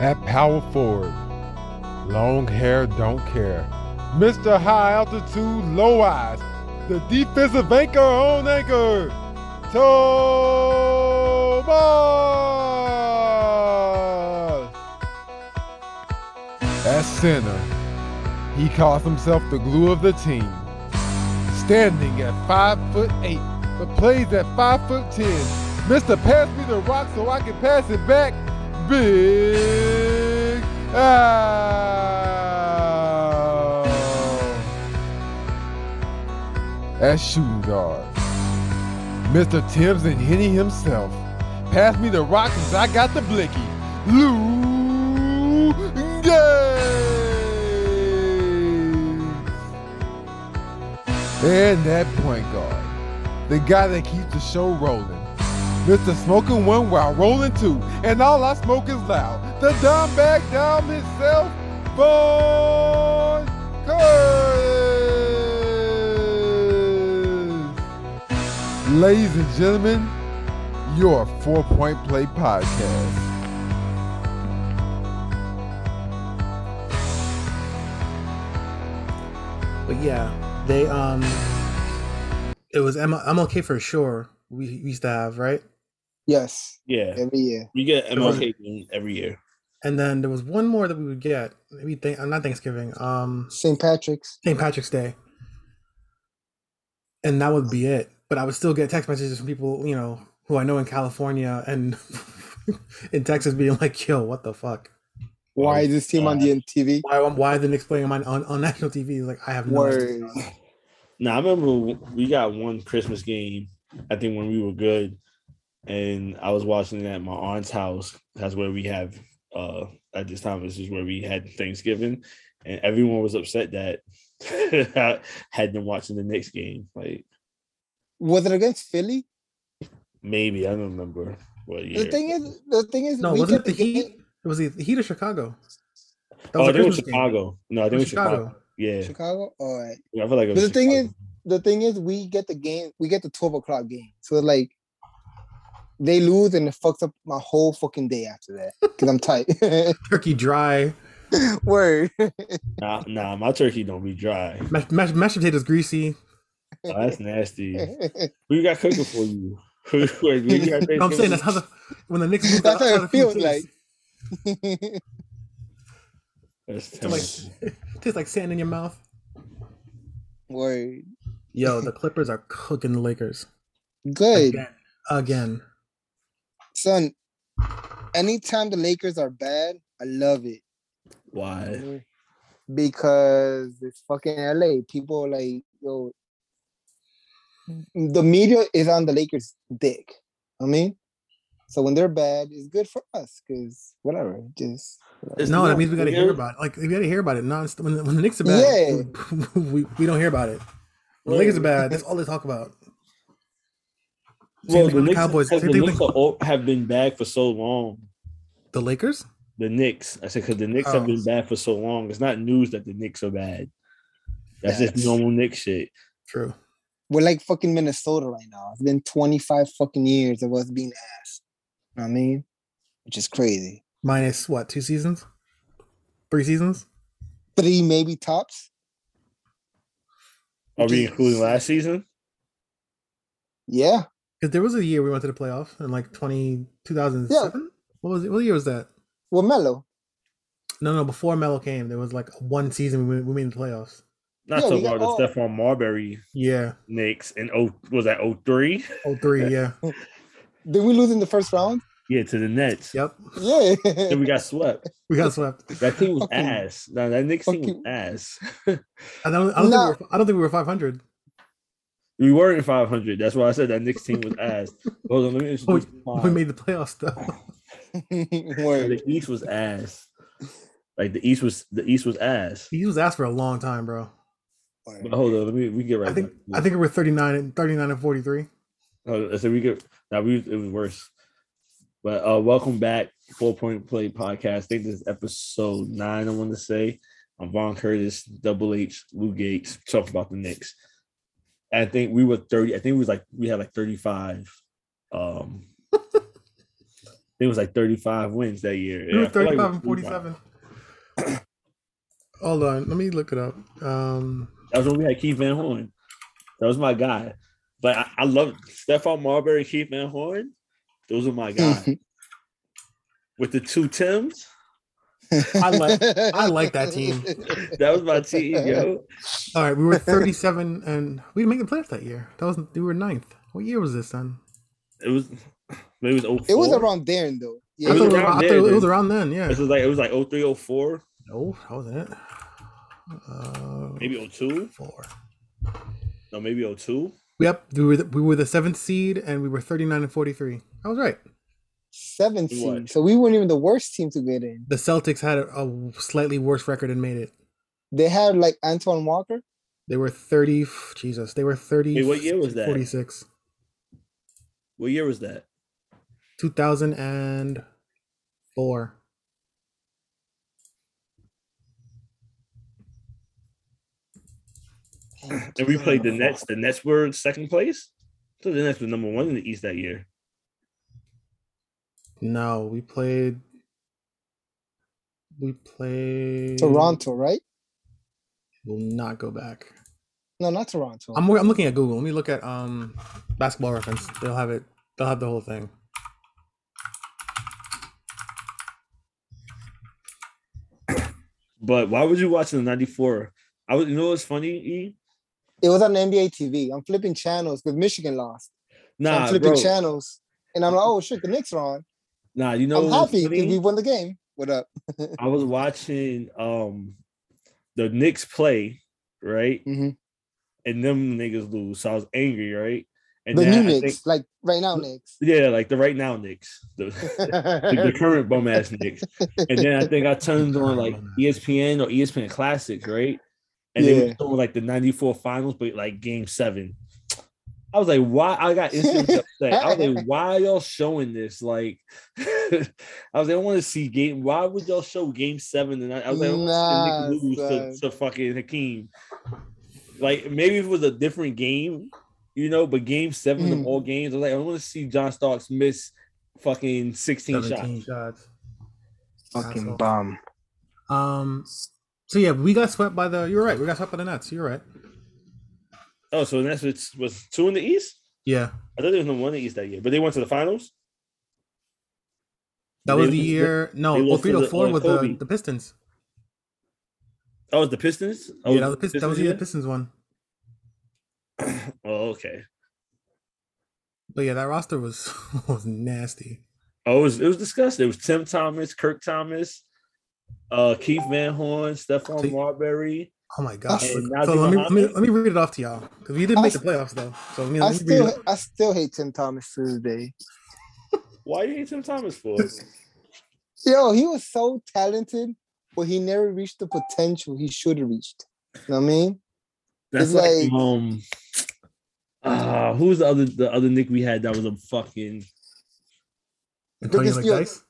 at Power Ford. Long hair don't care. Mr. High Altitude Low Eyes, the defensive anchor on anchor, Tomas! At center, he calls himself the glue of the team. Standing at five foot eight, but plays at five foot ten. Mister, pass me the rock so I can pass it back. Big Al. At shooting guard, Mister Tibbs and Henny himself. Pass me the rock 'cause I got the blicky. Lou Gaines. And that point guard. The guy that keeps the show rolling. Mr. Smoking One while rolling two. And all I smoke is loud. The dumb back down himself, Vaughn Curtis. Ladies and gentlemen, your four point play podcast. But yeah, they um, it was M- MLK for sure. We we used to have right, Yes, Yeah, every year. we get Come on. MLK game every year. and then there was one more that we would get. Maybe think uh, not Thanksgiving, um, St. Patrick's. St. Patrick's Day, and that would be it. But I would still get text messages from people you know who I know in California and in Texas being like, "Yo, what the fuck? Why is this team on the TV? Why why isn't explaining on on, on national TV?" Like I have no idea. Word. Now I remember we got one Christmas game. I think when we were good, and I was watching it at my aunt's house. That's where we have uh at this time. This is where we had Thanksgiving, and everyone was upset that I had them watching the next game. Like Was it against Philly? maybe I don't remember what year. The thing is, the thing is, No, we wasn't it get the to get- Heat? It was the the Heat of Chicago. That oh, was I a think it was Christmas game. Chicago. No, I It think it was was Chicago. Yeah, Chicago. All right. I feel like. It But was the thing Chicago. is, the thing is, we get the game. We get the twelve o'clock game. So like, they lose and it fucks up my whole fucking day after that because I'm tight. Turkey dry. Word. nah, nah, my turkey don't be dry. Mashed, mashed, mashed potatoes greasy. Oh, that's nasty. Who you got cooking for you? Who- who- who you got No, I'm saying that's how cooking? the when the Knicks. That's how it feels like. That's It's terrible. like tastes like sand in your mouth. Word. Yo, the Clippers are cooking the Lakers Good again. Again. son. Anytime the Lakers are bad, I love it. Why? because it's fucking LA. People are like, yo, the media is on the Lakers' dick. I mean, so when they're bad, it's good for us because whatever, just No, that means we got to hear about it. Like we got to hear about it. Non, when, when the Knicks are bad, we, we don't hear about it. When the Lakers are bad. That's all they talk about. Same Well, thing with the the Knicks, Cowboys. because Same the thing Knicks with are all- have been bad for so long. the Lakers. The Knicks, I said, because the Knicks have Oh. been bad for so long. It's not news that the Knicks are bad. That's Facts. just normal Knicks shit. True. we're like fucking Minnesota right now. It's been 25 fucking years of us being ass. You know what I mean, which is crazy. Minus what? Two seasons? Three seasons? Three maybe tops. Are we Just- including last season? Yeah, Because there was a year we went to the playoffs in like 20, 2007? What was it? What year was that? well, Mello. No, no, before Melo came, there was like one season we, we made the playoffs. Not Yeah, so we far got the all- Stephon Marbury Yeah. Knicks and oh was that 03? Oh, three. Yeah. Did we lose in the first round? Yeah, to the Nets. Yep. Yeah. Then we got swept. We got swept. That team was Fucking- ass. No, that Knicks team was fucking- ass. I don't, I don't, No. think, we were, I don't think we were 500. We weren't 500. That's why I said that Knicks team was ass. Hold on, let me introduce We mine. made the playoffs, though. Word. The East was ass. Like the East was the East was ass. He was asked for a long time, bro. Word. But hold on, let me we get right. I think back. I think we were 39 and 39 and 43. Hold on, Oh, I said we get now. We it was worse. But uh welcome back, Four Point Play Podcast. I think this is episode nine. I want to say I'm Von Curtis, Double H, Lou Gates. Talk about the Knicks. I think we were 30. I think we was like we had like 35 um it was like 35 wins that year. He Yeah, was I feel like it 35 and was 47. Hold on, let me look it up. Um, That was when we had Keith Van Horn. That was my guy. But I, I love Stephon Marbury, Keith Van Horn. Those are my guys. With the two Tims, I like. I like that team. that was my team, yo. All right, we were 37, and we didn't make the playoffs that year. That was we were ninth. What year was this then? It was maybe it was 04. It was around then though. I It thought was it was, around around, I there, thought it was dude. around then. Yeah. This was like it was like 03, 04, No, that wasn't it. Uh, maybe 02. four. No, maybe 02. Yep, we were the, we were the seventh seed, and we were 39 and 43. I was right. Seven He seed. was. So we weren't even the worst team to get in. The Celtics had a, a slightly worse record and made it. They had like Antoine Walker. They were 30. Jesus, they were 30. Wait, what year was that? 46. What year was that? 2004. And we played the Nets. The Nets were in second place. So the Nets were number one in the East that year. No, we played. We Mm. played. Toronto, right? Will not go back. No, not Toronto. I'm I'm looking at Google. Let me look at um basketball reference. They'll have it. They'll have the whole thing. But why was you watching the 94? I was you know what's funny, E? it was on NBA TV. I'm flipping channels because Michigan lost. So I'm Nah, flipping bro. channels. And I'm like, oh shit, the Knicks are on. Nah, you know I'm what's happy because funny? we won the game. What up? I was watching um the Knicks play, right? Mhm. And them niggas lose. So I was angry, right? And The then new I Knicks, like right now Knicks. Think, yeah, like the right now Knicks. The, the, the current bum ass Knicks. And then I think I turned on like E ESPN or ESPN Classic, right? And they Yeah. were doing like the 94 finals, but like game seven. I was like, why? I got instantly upset. I was like, why are y'all showing this? Like, I was like, I want to see game. Why would y'all show game seven? And I, I was like, I wanna see the Knicks Nah, lose to, to fucking Hakeem. Like, maybe if it was a different game, you know, but game seven Mm. of all games, I was like, I want to see John Starks miss fucking 16 shots. 17 shots. Fucking Asshole. bum. Um. So yeah, we got swept by the. You're right. We got swept by the Nets. You're right. Oh, so that's was, was two in the East? Yeah, I thought there was no one in the East that year, but they went to the finals. that was They the lose- year. No, they oh lost three to to the- four uh, with the, Kobe. the Pistons. Oh, it was the Pistons. Oh, yeah, that was, the Pistons, that was the year the year? Pistons one. Oh, okay. But yeah, that roster was was nasty. Oh, it was it was disgusting. It was Tim Thomas, Kirk Thomas, uh, Keith Van Horn, Stephon See- Marbury. Oh my gosh! And Look, so let Najee me, let me Muhammad? let me read it off to y'all because we didn't I make the s- playoffs though. So let me, I let me read still it. I still hate Tim Thomas to this day. Why you hate Tim Thomas for? Yo, he was so talented, but he never reached the potential he should have reached. You know what I mean? That's It's like- like, um, uh, who was the other the other Nick we had that was a fucking Antonio Because you're- McDice.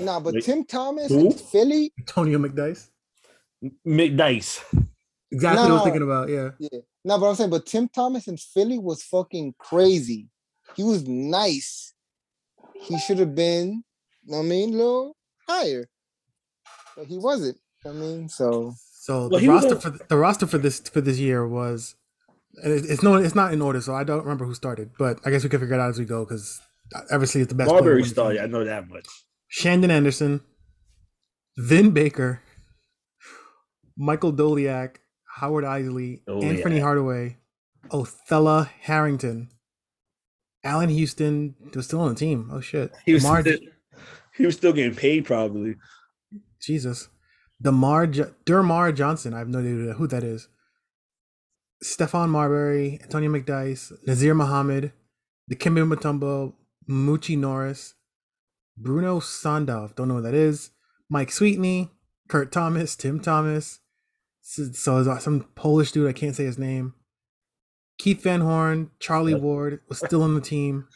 Nah, but Like, Tim Thomas who? in Philly, Antonio McDice. McDice. Exactly what I was No. thinking about. Yeah. No, but I'm saying, but Tim Thomas in Philly was fucking crazy. He was nice. He should have been, you know what I mean, a little higher. But he wasn't. you know what I mean, so So Well, the he was roster a- for the roster for this for this year was, and it- it's no, it's not in order, so I don't remember who started, but I guess we can figure it out as we go because obviously it's the best. player Marbury wins. started. I know that much. Shandon Anderson, Vin Baker, Michael Doliak, Howard Isley, Anthony Doliak. Hardaway, Othella Harrington, Allen Houston was still on the team. Oh shit, He was DeMar- still, he was still getting paid probably. Jesus. Demar Jo- Dermar Johnson. I have no idea who that is. Stefan Marbury, Antonio McDice, Nazir Muhammad, Dikembe Mutombo, Muchi Norris, Bruno Sandow. Don't know what that is. Mike Sweetney, Kurt Thomas, Tim Thomas. So, so is some Polish dude. I can't say his name. Keith Van Horn, Charlie Yep. Ward was still on the team.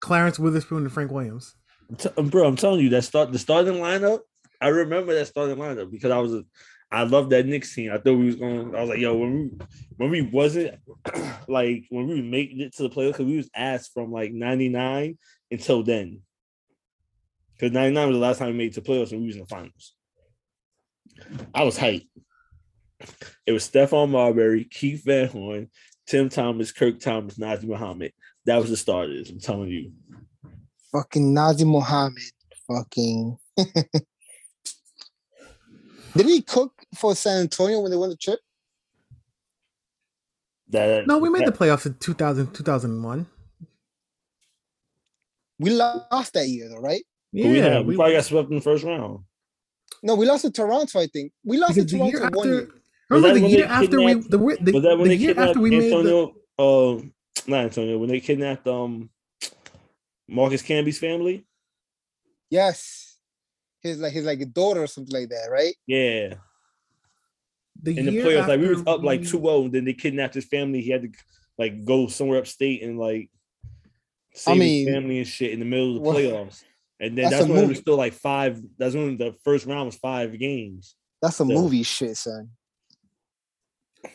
Clarence Witherspoon and Frank Williams. I'm t- um, bro, I'm telling you that start the starting lineup. I remember that starting lineup because I was, a, I loved that Knicks team. I thought we was going. I was like, yo, when we when we wasn't like when we made it to the playoffs, 'cause we was ass from like '99 until then. Because 99 was the last time we made it to playoffs and we was in the finals. I was hyped. It was Stephon Marbury, Keith Van Horn, Tim Thomas, Kirk Thomas, Najee Muhammad. That was the starters. I'm telling you. Fucking Nazi Muhammad. Fucking. Did he cook for San Antonio when they won the trip? That No, we made the that, playoffs in 2000, 2001. We lost that year though, right? yeah, we, Yeah, had- we probably got swept in the first round. No, we lost to Toronto, I think. We lost to because the Toronto year one year. after. Was that Remember the when they year after we kidnapped- the, wi- the, was that when the they year kidnapped after we made the, Antonio? Uh, not Antonio. When they kidnapped um Marcus Camby's family. Yes. His like his like a daughter or something like that, right? Yeah, the in the year playoffs, like we after was up like we- 2-0, and then they kidnapped his family. He had to like go somewhere upstate and like I save mean, his family and shit in the middle of the well, playoffs. And then that's a that's when it movie. was still like five. That's when the first round was five games. That's some Yeah. movie shit, son.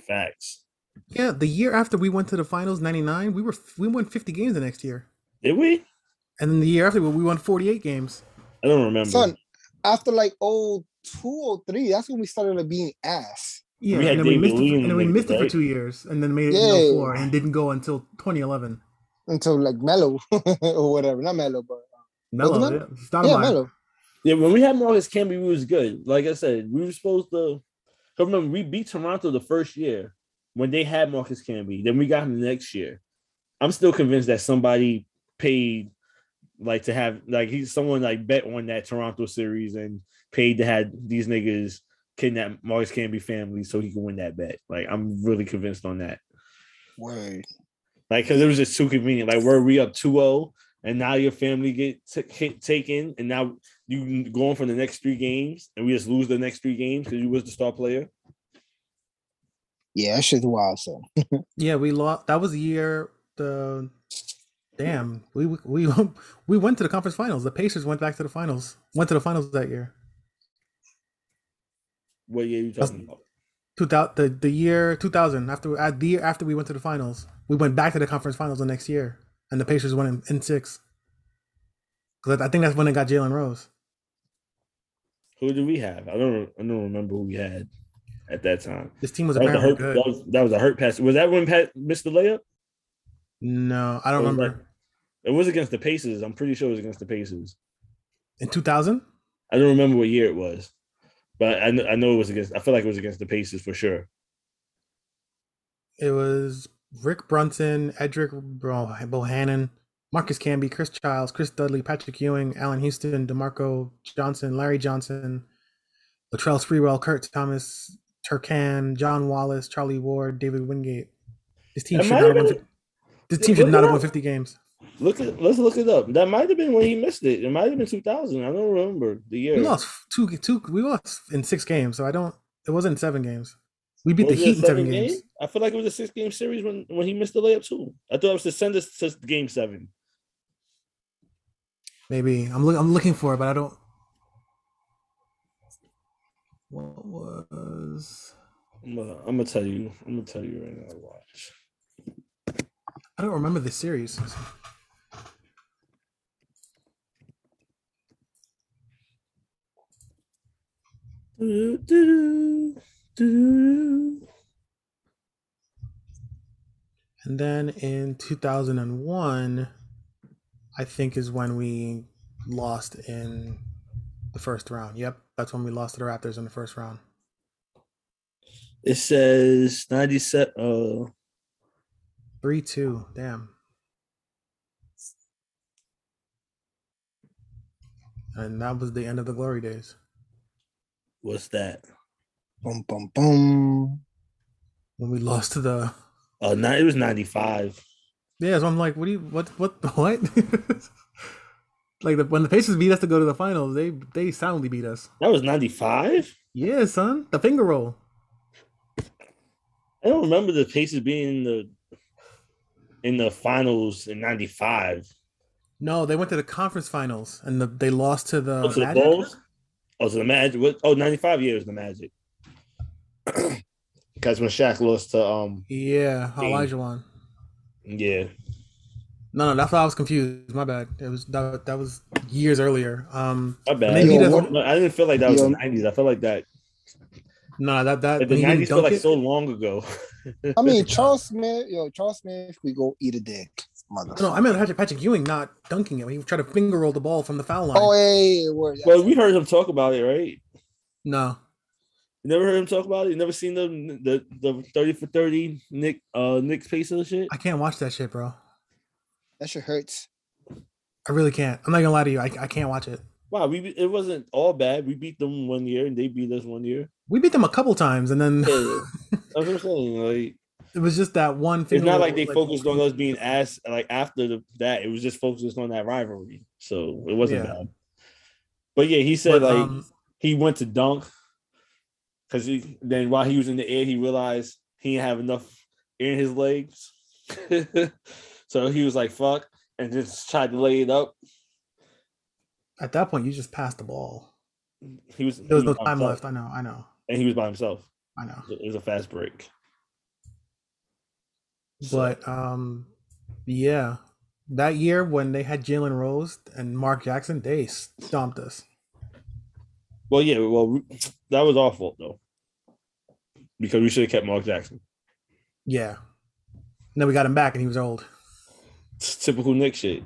Facts. Yeah, the year after we went to the finals, ninety nine, we were f- we won fifty games the next year, Did we? and then the year after we won forty eight games. I don't remember. Son, after like oh two or three, that's when we started being ass. Yeah, We had and then we David missed Lee it, in and then we the missed it for right? two years, and then made it Yeah. in 04 and didn't go until twenty eleven. Until like mellow or whatever. Not mellow, but Mellow, Wasn't yeah, it's not yeah, mine. mellow. Yeah, when we had Marcus Camby, we was good. Like I said, we were supposed to. 'cause Remember, we beat Toronto the first year when they had Marcus Camby. Then we got him the next year. I'm still convinced that somebody paid, like to have like he's someone like bet on that Toronto series and paid to have these niggas kidnap Marcus Camby family so he can win that bet. Like I'm really convinced on that. Word. Like, because it was just too convenient. Like, were we up 2 0, and now your family get t- hit, taken, and now you can go on for the next three games, and we just lose the next three games because you was the star player. Yeah, that shit's wild, son. Yeah, we lost. That was the year the. Damn, we we we went to the conference finals. The Pacers went back to the finals. Went to the finals that year. What year you That's- talking about? 2000, the, the year 2000 after uh, the year after we went to the finals we went back to the conference finals the next year and the pacers won in, in six because I, I think that's when they got jalen rose Who did we have? I don't. I don't remember who we had at that time. this team was That was, a apparently hurt, good that, was, that was a hurt pass. Was that when Pat missed the layup? no i don't That was remember It was against the Pacers. I'm pretty sure it was against the Pacers. in 2000 I don't remember what year it was, but I, kn- I know it was against. I feel like it was against the Pacers for sure. it was rick brunson edric Bro- bohannon marcus camby chris childs chris dudley patrick ewing allen houston demarco johnson larry johnson Latrell Sprewell, Kurt Thomas, Turkan, John Wallace, Charlie Ward, David Wingate. This team It should might not have have won. been- fif- This team should look not it have won up. 50 games. Look, at, let's look it up. That might have been when he missed it. It might have been 2000. I don't remember the year. We lost f- two, two. We lost in six games, so I don't. It wasn't seven games. We beat Was the it a Heat in seven seven games. game? I feel like it was a six game series when, when he missed the layup too. I thought it was to send us to game seven. Maybe I'm look. I'm looking for it, but I don't. What was? I'm gonna, I'm gonna tell you. I'm gonna tell you right now. Watch. I don't remember the series. Do, do, do, do. And then in 2001, I think is when we lost in the first round. Yep, that's when we lost to the Raptors in the first round. It says 97. Uh, 3 2. Damn. And that was the end of the glory days. what's that? Boom, boom, boom. When we lost to the. Uh, ni- it was 95. Yeah, so I'm like, what do you. What? What? What? like, the, when the Pacers beat us to go to the finals, they they soundly beat us. That was 95. Yeah, son. The finger roll. I don't remember the Pacers being in the in the finals in 95. No, they went to the conference finals and the, they lost to the, Oh, to the Magic? Bulls? Oh, to the Magic. What? Oh, 95 years, the Magic. Because when Shaq lost to, um, Yeah, Team. Elijah won. yeah, No, no, that's why I was confused. My bad. It was that, that was years earlier. Um, My bad. Maybe Yo, that's- what- I didn't feel like that was Yo. the '90s. I felt like that. no, that that Like the when he didn't '90s feel dunk like it- so long ago. I mean, Charles Smith, yo, Charles Smith, we go eat a dick, mother. No, I mean Patrick, Patrick Ewing not dunking it when he tried to finger roll the ball from the foul line. Oh, hey, hey, word. well, we heard him talk about it, right? No, You never heard him talk about it. You never seen the the, the thirty for thirty Nick uh Nick's Pacer shit. I can't watch that shit, bro. that shit hurts. I really can't. I'm not gonna lie to you. I, I can't watch it. Wow, we be- it wasn't all bad. We beat them one year and they beat us one year. We beat them a couple times, and then Yeah. That's what I'm saying. Like it was just that one thing. it's not like they focused on us being ass. Like after the, that, it was just focused on that rivalry. So it wasn't Yeah. um, bad. But yeah, he said like he went to dunk because he then while he was in the air, he realized he didn't have enough air in his legs. so he was like, "Fuck," and just tried to lay it up. at that point, you just passed the ball. He was There was he no by time himself, left. I know. I know. and he was by himself. I know. It was a fast break. So- But um, yeah, that year when they had Jalen Rose and Mark Jackson, they stomped us. Well, yeah, well, we- that was our fault though, because we should have kept Mark Jackson. Yeah. And then we got him back, and he was old. It's typical Nick shit.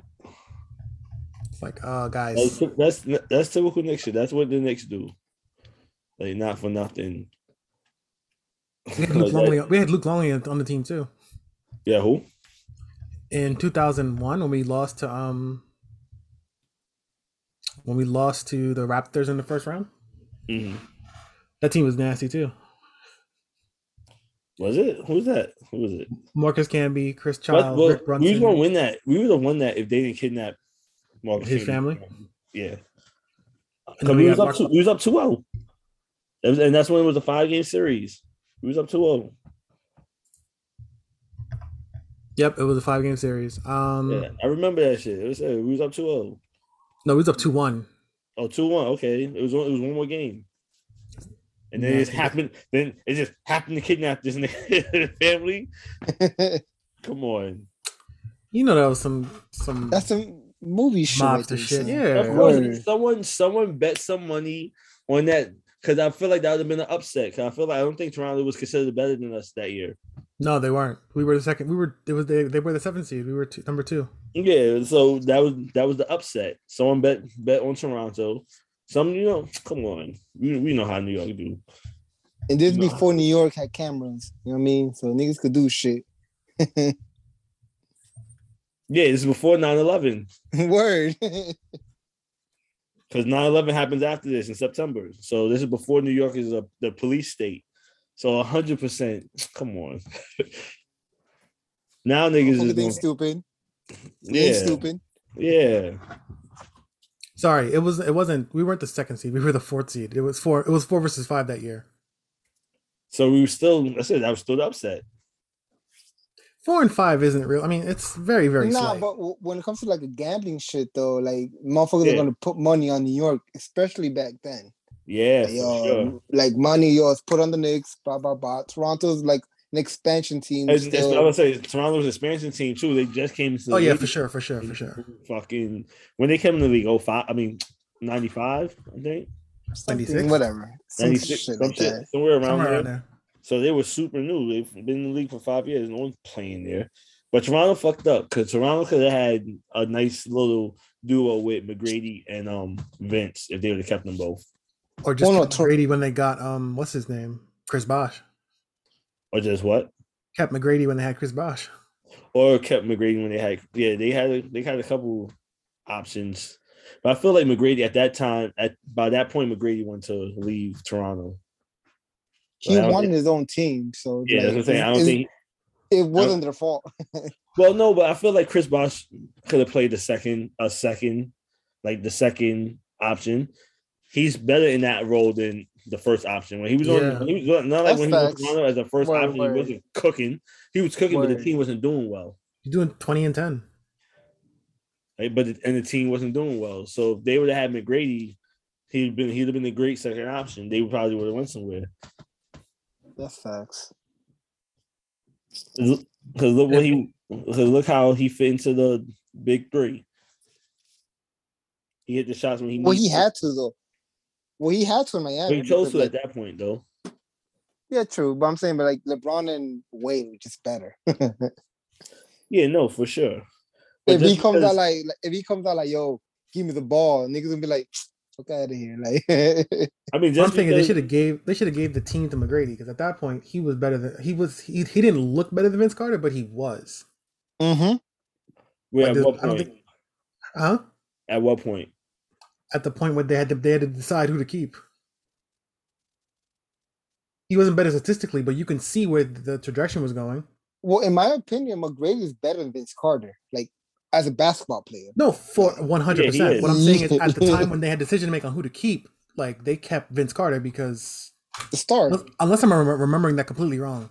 It's like, uh, That's, guys, that's that's typical Knicks shit. That's what the Knicks do. Like not for nothing. we had Luke Longley. We had Luke Longley on the team too. yeah, who? in 2001 when we lost to um when we lost to the Raptors in the first round. Mhm. That team was nasty too. Was it? Who was that? Who was it? Marcus Camby, Chris Well, Child, well, Rick we was gonna Brunson. win that. We would have won that if they didn't kidnap Marcus. His Camby. family? Yeah, And then we we was got up. Mark- Two, we was up 2-0. That was- and that's when it was a five game series. We was up oh. 2-0. Yep, it was a five game series. Um Yeah, I remember that shit. It was uh, we was up 2-0. no, we was up two one. Oh, 2 1. Okay. It was one, it was one more game. And then it just Yeah. happened. Then it just happened to kidnap this nigga family. That's Come on. You know that was some some some movie shit. right mobster there, shit. son. Of Yeah. course, Word. someone someone bet some money on that because I feel like that would have been an upset. 'cause I feel like I don't think Toronto was considered better than us that year. No, they weren't. We were the second we were it was they, they were the seventh seed. We were two, number two. Yeah, so that was that was the upset. Someone bet bet on Toronto. Some, you know, come on. We, we know how New York do. And this Nah. before New York had cameras. You know what I mean? So niggas could do shit. Yeah, this is before 9 11. Word. because 9-11 happens after this in september so this is before new york is a, the police state so 100% come on now niggas is Fucking going, thing stupid. Yeah. yeah Stupid. yeah Sorry, it was it wasn't we weren't the second seed. We were the fourth seed. It was four it was four versus five that year. so we were still i said i was still upset Four and five isn't real. I mean, it's very, very Nah, slight. but w- when it comes to like a gambling shit though, like motherfuckers Yeah. are gonna put money on New York, especially back then. yeah for Yo, sure. Like money, yo, it's put on the Knicks, blah blah blah. Toronto's like an expansion team. It's- it's- i still. would say toronto's expansion team too they just came to the Oh yeah, league for sure, for sure, for sure. in fucking when they came in the league oh five i mean 95 i think something, 96? whatever. Some 96 shit some like shit, that. somewhere around Somewhere there. around there. So they were super new. They've been in the league for five years. No one's playing there. But Toronto fucked up because Toronto could have had a nice little duo with McGrady and um Vince if they would have kept them both. Or just Well, no, kept Tor- McGrady when they got um what's his name? Chris Bosch. Or just what? Kept McGrady when they had Chris Bosch. Or kept McGrady when they had yeah, they had a, they had a couple options. But I feel like McGrady at that time, at by that point, McGrady went to leave Toronto. He I don't wanted think- his own team, so Yeah, that's what I'm like, saying. I don't it's- think it wasn't their fault. Well, no, but I feel like Chris Bosh could have played the second, a second, like the second option. He's better in that role than the first option. When he was Yeah. on, he was on- not like That's when he was on facts. Toronto as a first Word, option. word. He wasn't cooking. He was cooking, but the Word. team wasn't doing well. He's doing twenty and ten. Like, but the, and the team wasn't doing well. So if they would have had McGrady, he'd been he'd have been a great second option. They probably would have went somewhere. That's facts. Because look what he, cause look how he fit into the big three. He hit the shots when he Well, he needed to. had to though. Well, he had to in Miami. But he chose because, to at like, that point though. yeah, true. But I'm saying, but like LeBron and Wade were just better. Yeah, no, for sure. But if he just comes because- out like, like- if he comes out like, yo, give me the ball, niggas gonna be like, fuck out of here. Like I mean, I'm just thinking they because- should have gave they should have gave the team to McGrady because at that point he was better than he was he, he didn't look better than Vince Carter but he was mm-hmm. Wait, Like, at there's- what I don't point? think- Uh-huh. huh At what point? at the point where they had to they had to decide who to keep. He wasn't better statistically, but you can see where the direction was going. Well, in my opinion, McGrady is better than Vince Carter, like as a basketball player. No, for one hundred percent. is. What I'm saying is, at the time when they had decision to make on who to keep, like they kept Vince Carter because The star. unless- unless I'm remem- remembering that completely wrong,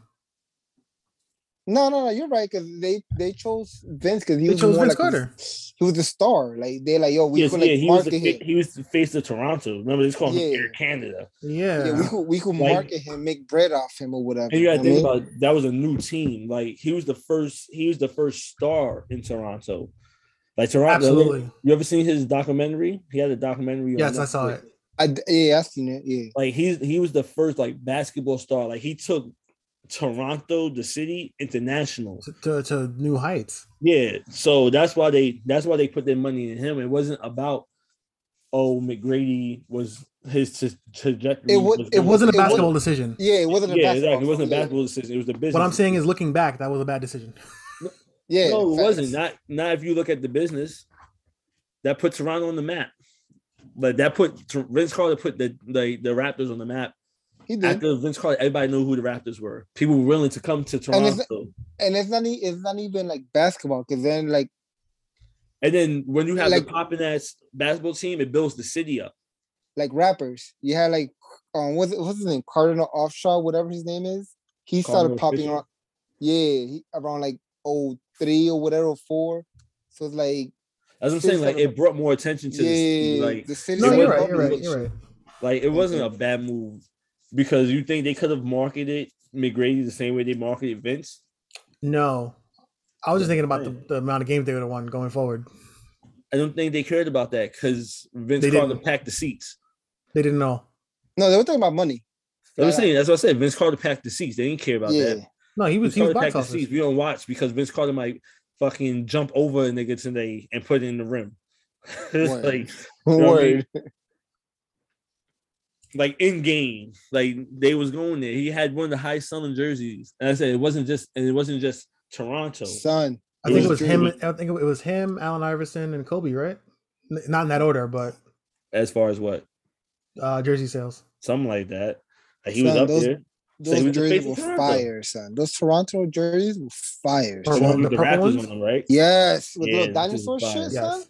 No, no, no, you're right, because they they chose Vince because he they was chose more Vince like a- Carter. he was the star. Like they like, yo, we Yes, could yeah, like he was, market the, him. fa- he was the face of Toronto. Remember, they called him Yeah. Air Canada. Yeah, Yeah, we could we could Like- market him, make bread off him or whatever. And you know gotta what I think mean? about that was a new team. Like he was the first, he was the first star in Toronto. Like Toronto, absolutely. you ever seen his documentary? He had a documentary. on Yes, I saw Netflix. it. I d yeah, I seen it. Yeah, Like he's he was the first like basketball star. Like he took Toronto, the city, international. To, to, to new heights. Yeah, so that's why they that's why they put their money in him. It wasn't about oh McGrady was his t- trajectory. It wa- it gonna- Wasn't a It wasn't- basketball decision. yeah, it wasn't. A yeah, basketball exactly. It wasn't a yeah. basketball decision. It was the business. What I'm saying is, looking back, that was a bad decision. Yeah, no, it facts. wasn't. Not not if you look at the business that put Toronto on the map. But that put Tor- Vince Carter put the the, the Raptors on the map. He did, After Vince Carter, everybody knew who the Raptors were. People were willing to come to it's- Toronto. and it's not. e- It's not even like basketball, because then like And then when you have Like- the popping ass basketball team, it builds the city up. like rappers, you had like um what's what's his name, Cardinal Offshaw, whatever his name is. He started Cardinal popping Fisher. around, yeah, he, around like oh three or whatever or four. So it's like That's what I'm City saying. Like started- it brought more attention to yeah, Mm-hmm. the city. Like the city. No, It you're wasn't right. You're right. published. You're right. Like it wasn't a bad move because you think they could have marketed McGrady the same way they marketed Vince. No, I was just thinking about the, Man. the amount of games they would have won going forward. I don't think they cared about that because Vince They Carter didn't. packed the seats. They didn't know. No, they were talking about money. That's what Flat I'm out. saying. That's what I said. Vince Carter packed the seats. They didn't care about yeah, that. No, he was Vince he was Carter box packed the office. seats. We don't watch because Vince Carter might fucking jump over a nigga today and put it in the rim. It's Word. like know what I mean? word. like in game, like they was going there. He had one of the highest selling jerseys, and I said it wasn't just and it wasn't just Toronto. Son, I think it was was him. Jordan. I think it was him, Allen Iverson, and Kobe. Right? N- Not in that order, but As far as what uh, jersey sales. something like that, like he was Son, up those- there. So he those was the face jerseys of were Toronto. fire, son. Those Toronto jerseys were fire. Or The son. one the with the purple Raptors ones? on them, right? Yes, with Yeah, little those is dinosaur fire. shit, son. Yes.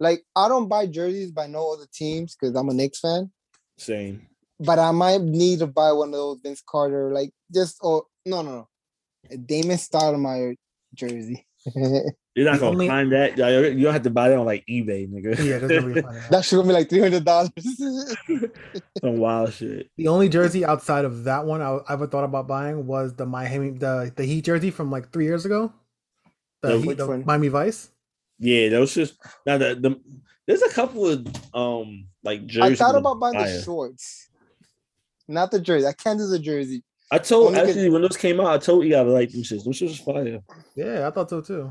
Like I don't buy jerseys by no other teams because I'm a Knicks fan, Same. but I might need to buy one of those Vince Carter, like just oh no no no, a Damon Stoudemire jersey. that You're not The gonna only- find that. Like, You don't have to buy it on like eBay, nigga. Yeah, there's nobody finding that. should gonna be like three hundred dollars. Some wild shit. The only jersey outside of that one I, I ever thought about buying was the Miami the the Heat jersey from like three years ago. The, The Heat, which the one? Miami Vice. Yeah, those just now the, the there's a couple of um like I jerseys. thought about buying fire. the shorts, not the jersey. I can't do the jersey. I told Only 'cause- actually when those came out, I told you I like them shits. Them shits was fire. Yeah, I thought so too.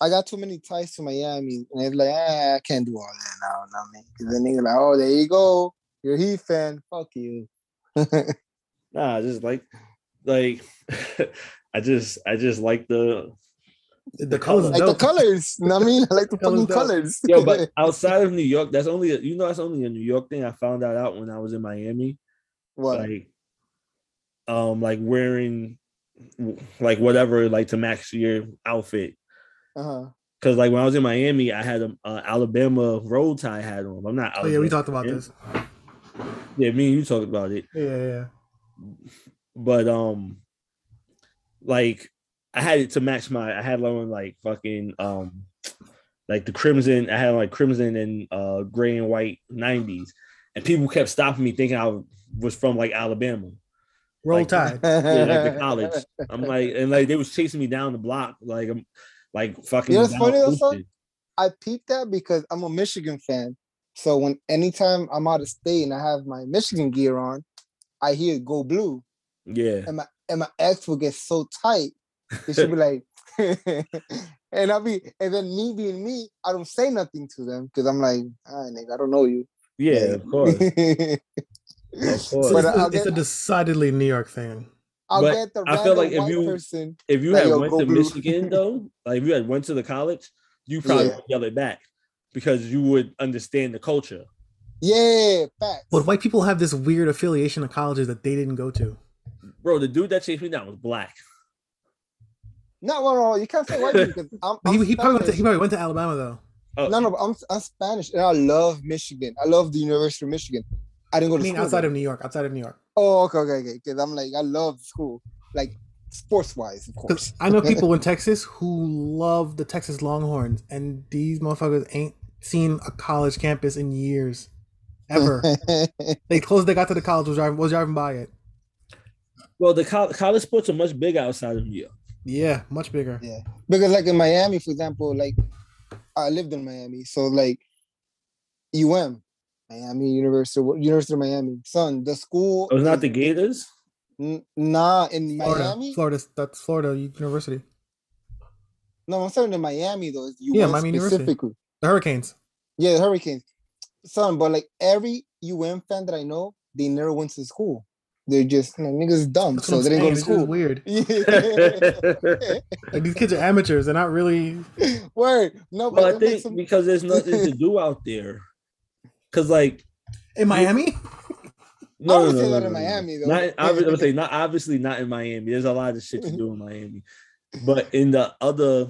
I got too many ties to Miami, and it's like ah, I can't do all that now. know what I mean, 'Cause then they're like, oh, there you go, you're a Heat fan. Fuck you. Nah, I just like like I just I just like the The, colors, like the dope. colors. You know what I mean? I like the That was fucking dope. colors. yo, but outside of New York, that's only a, you know that's only a New York thing. I found that out when I was in Miami. what? Like um like wearing like whatever like to match your outfit. uh-huh. Cause like when I was in Miami, I had a uh, Alabama roll tie hat on. I'm not. Oh yeah, we Alabama. talked about Yeah. this. Yeah, me and you talked about it, Yeah, yeah, yeah. but um, like I had it to match my. I had like on like fucking um, like the crimson. I had like crimson and uh gray and white '90s, and people kept stopping me thinking I was from like Alabama, Roll Like- Tide. yeah, like the college. I'm like, and like they was chasing me down the block, like I'm like fucking. You know what's down funny though, son? Houston. I peeped that because I'm a Michigan fan. So when anytime I'm out of state and I have my Michigan gear on, I hear "Go Blue," Yeah. and my and my ex will get so tight. They should be like, and I'll be, and then me being me, I don't say nothing to them because I'm like, all right, nigga, I don't know you. Yeah, of course. Of course. So it's, But a- I'll it's a get- decidedly New York thing. I'll But get the I random feel like if white you- person. If you Like, had yo, went go to blue. Michigan though, like if you had went to the college, you probably Yeah. would yell it back because you would understand the culture. Yeah, facts. But white people have this weird affiliation to colleges that they didn't go to. Bro, the dude that chased me down was black. No, no, no, you can't say white people because I'm. But he, I'm he probably went to, Spanish. he probably went to Alabama though. Oh, No, no, but I'm I'm Spanish and I love Michigan. I love the University of Michigan. I didn't go I to mean, school. outside there. of New York, outside of New York. oh, okay, okay, okay. Because I'm like, I love school, like sports wise, of course. 'Cause I know people in Texas who love the Texas Longhorns, and these motherfuckers ain't seen a college campus in years, ever. they closed. They got to the college was driving was driving by it. Well, the col- college sports are much bigger outside of New York. Yeah, much bigger. Yeah. because like in Miami, for example, like I lived in Miami, so like UM, Miami University, University of Miami, son, the school. Oh, it's not is- the Gators. N- nah, in Florida, Miami. Florida. That's Florida University. No, I'm saying in Miami though. It's UM Yeah, Miami University. specifically. The Hurricanes. Yeah, the Hurricanes. Son, but like every UM fan that I know, they never went to school. They're just you know, niggas dumb, That's so what they I'm didn't go to saying, school. It's Yeah. just weird. Like these kids are amateurs. They're not really. Word. No, but well, I that makes think them- because there's nothing to do out there. Cause like In Miami, no, would no, say no, that no, in no, Miami, no. though. Not, I would I would say not obviously not in Miami. There's a lot of shit to do in Miami, but in the other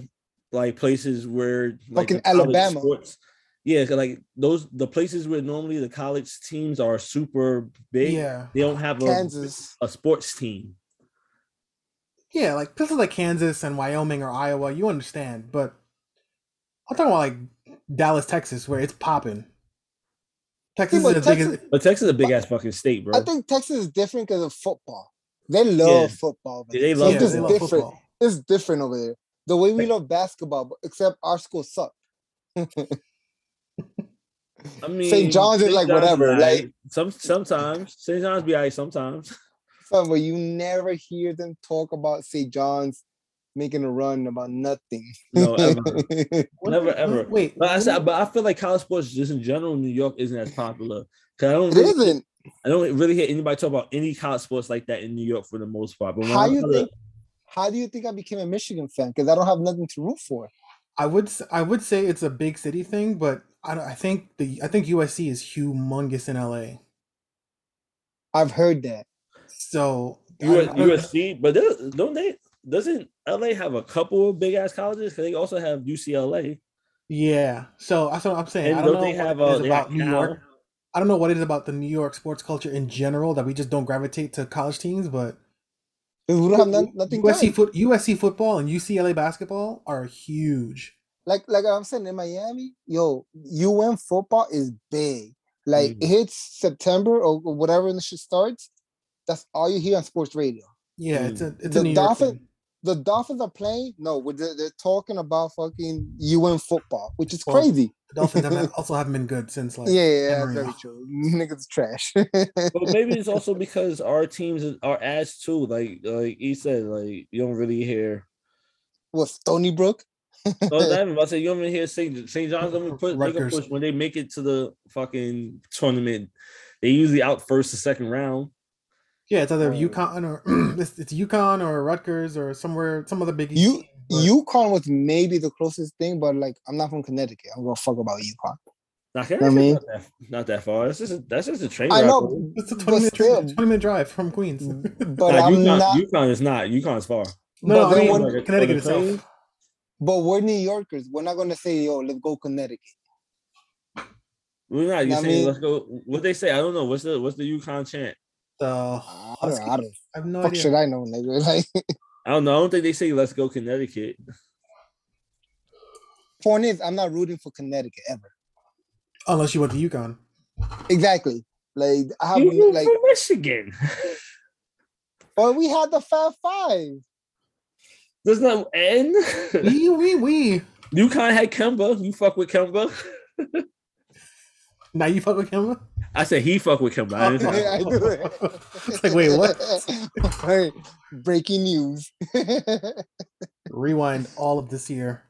like places where like Fucking the college Alabama. sports, yeah, 'cause, like those the places where normally the college teams are super big. yeah, They don't have a, Kansas. a sports team. yeah. Like places like Kansas and Wyoming or Iowa, you understand. But I'm talking about like Dallas, Texas, where it's popping. Texas but is the biggest. Texas- But Texas is a big ass fucking state, bro. I think Texas is different because of football. They love Yeah. football. Yeah, they man. So love it's just it. they It's love different. football. It's different over there. The way we Like- love basketball, but except our school sucks. I mean, John's is St. like John's whatever, alright. like- some sometimes St. John's be alright sometimes. Son, but you never hear them talk about St. John's making a run about nothing. No, Oh, ever. Never, What- ever. Wait, But I, what- said, but I feel like college sports just in general in New York isn't as popular. Cause I don't It really, isn't. I don't really hear anybody talk about any college sports like that in New York for the most part. But when How I you was- think? How do you think I became a Michigan fan? Because I don't have nothing to root for. I would s- I would say it's a big city thing, but I, don't- I think the I think USC is humongous in LA. I've heard that. So I U- don't- I don't- USC, but there- don't they? Doesn't LA have a couple of big ass colleges? Because they also have UCLA. yeah. So that's what I'm saying. And I don't don't know they what have it uh, is they about have New Cal? York. I don't know what it is about the New York sports culture in general that we just don't gravitate to college teams, but 'Cause We don't have no- nothing. USC going. foot USC football and UCLA basketball are huge. Like like I'm saying in Miami, yo, UM football is big. Like Mhm. it hits September or or whatever the shit starts. That's all you hear on sports radio. Yeah, it's a it's The a New York Dolphin- thing. The Dolphins are playing. No, with the- they're talking about fucking UM football, which is Well, crazy. The Dolphins haven't, also haven't been good since like yeah, yeah, that's Emory very now. true. Niggas trash. But maybe it's also because our teams are ass too. Like like he said, like you don't really hear. what Stony Brook? So it's not even about to say you don't even hear St. St. John's even put make a Rutgers. push when they make it to the fucking tournament. They usually out first or second round. Yeah, it's either Right. UConn or it's, it's UConn or Rutgers or somewhere some other big East You- team, but UConn was maybe the closest thing, but like I'm not from Connecticut. I'm gonna fuck about UConn. Now, I Connecticut's mean- not, that, not that far. That's just a, that's just a train. I ride know, away. it's a but twenty minute, still- drive, twenty minute drive from Queens. no, but Nah, I'm UConn, not. UConn is not. UConn's far. no, but I then mean when- Like, Connecticut on the train? itself. But we're New Yorkers. We're not gonna say, "Yo, let's go Connecticut." We're not. You I saying mean- let's go? What they say? I don't know. What's the what's the UConn chant? The Ah, I don't, I don't I have no fuck idea. should I know, nigga. Like I don't know. I don't think they say let's go Connecticut. point is, I'm not rooting for Connecticut ever. Unless you went to UConn. Exactly. Like I have You like. from Michigan. But we had the Fab Five. Does not end. Wee wee wee. UConn had Kemba. You fuck with Kemba. Now you fuck with Kemba? I said he fuck with Kemba. I Oh, didn't fuck- I do it. it's like, wait, what? Right. Breaking news. Rewind all of this year.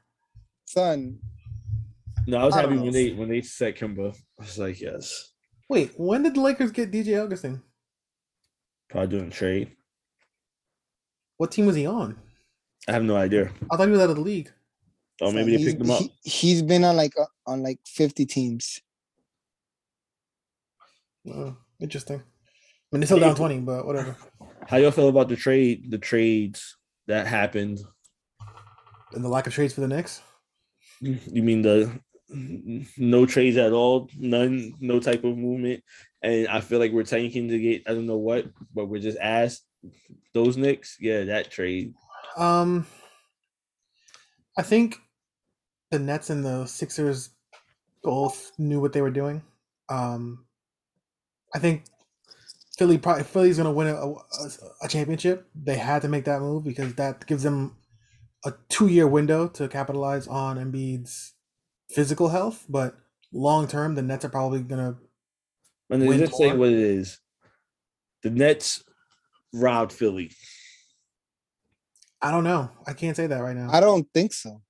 Son, No, I was I happy don't know. when they when they said Kemba. I was like, yes, Wait, when did the Lakers get DJ Augustin? probably doing a trade. What team was he on? I have no idea. I thought he was out of the league. Oh, son, maybe they he's- picked him up. he- he's been on like uh, on like 50 teams. Oh, interesting. I mean, they're still down 20, but whatever. How y'all feel about the trade? The trades that happened. And the lack of trades for the Knicks? You mean the no trades at all, none, no type of movement, and I feel like we're tanking to get I don't know what, but we're just asked those Knicks. Yeah, that trade. Um, I think the Nets and the Sixers both knew what they were doing. Um, I think Philly probably Philly's gonna win a, a, a championship. They had to make that move because that gives them a two year window to capitalize on Embiid's physical health. But long term, the Nets are probably gonna And then Win just say more. what it is. The Nets robbed Philly. I don't know. I can't say that right now. I don't think so.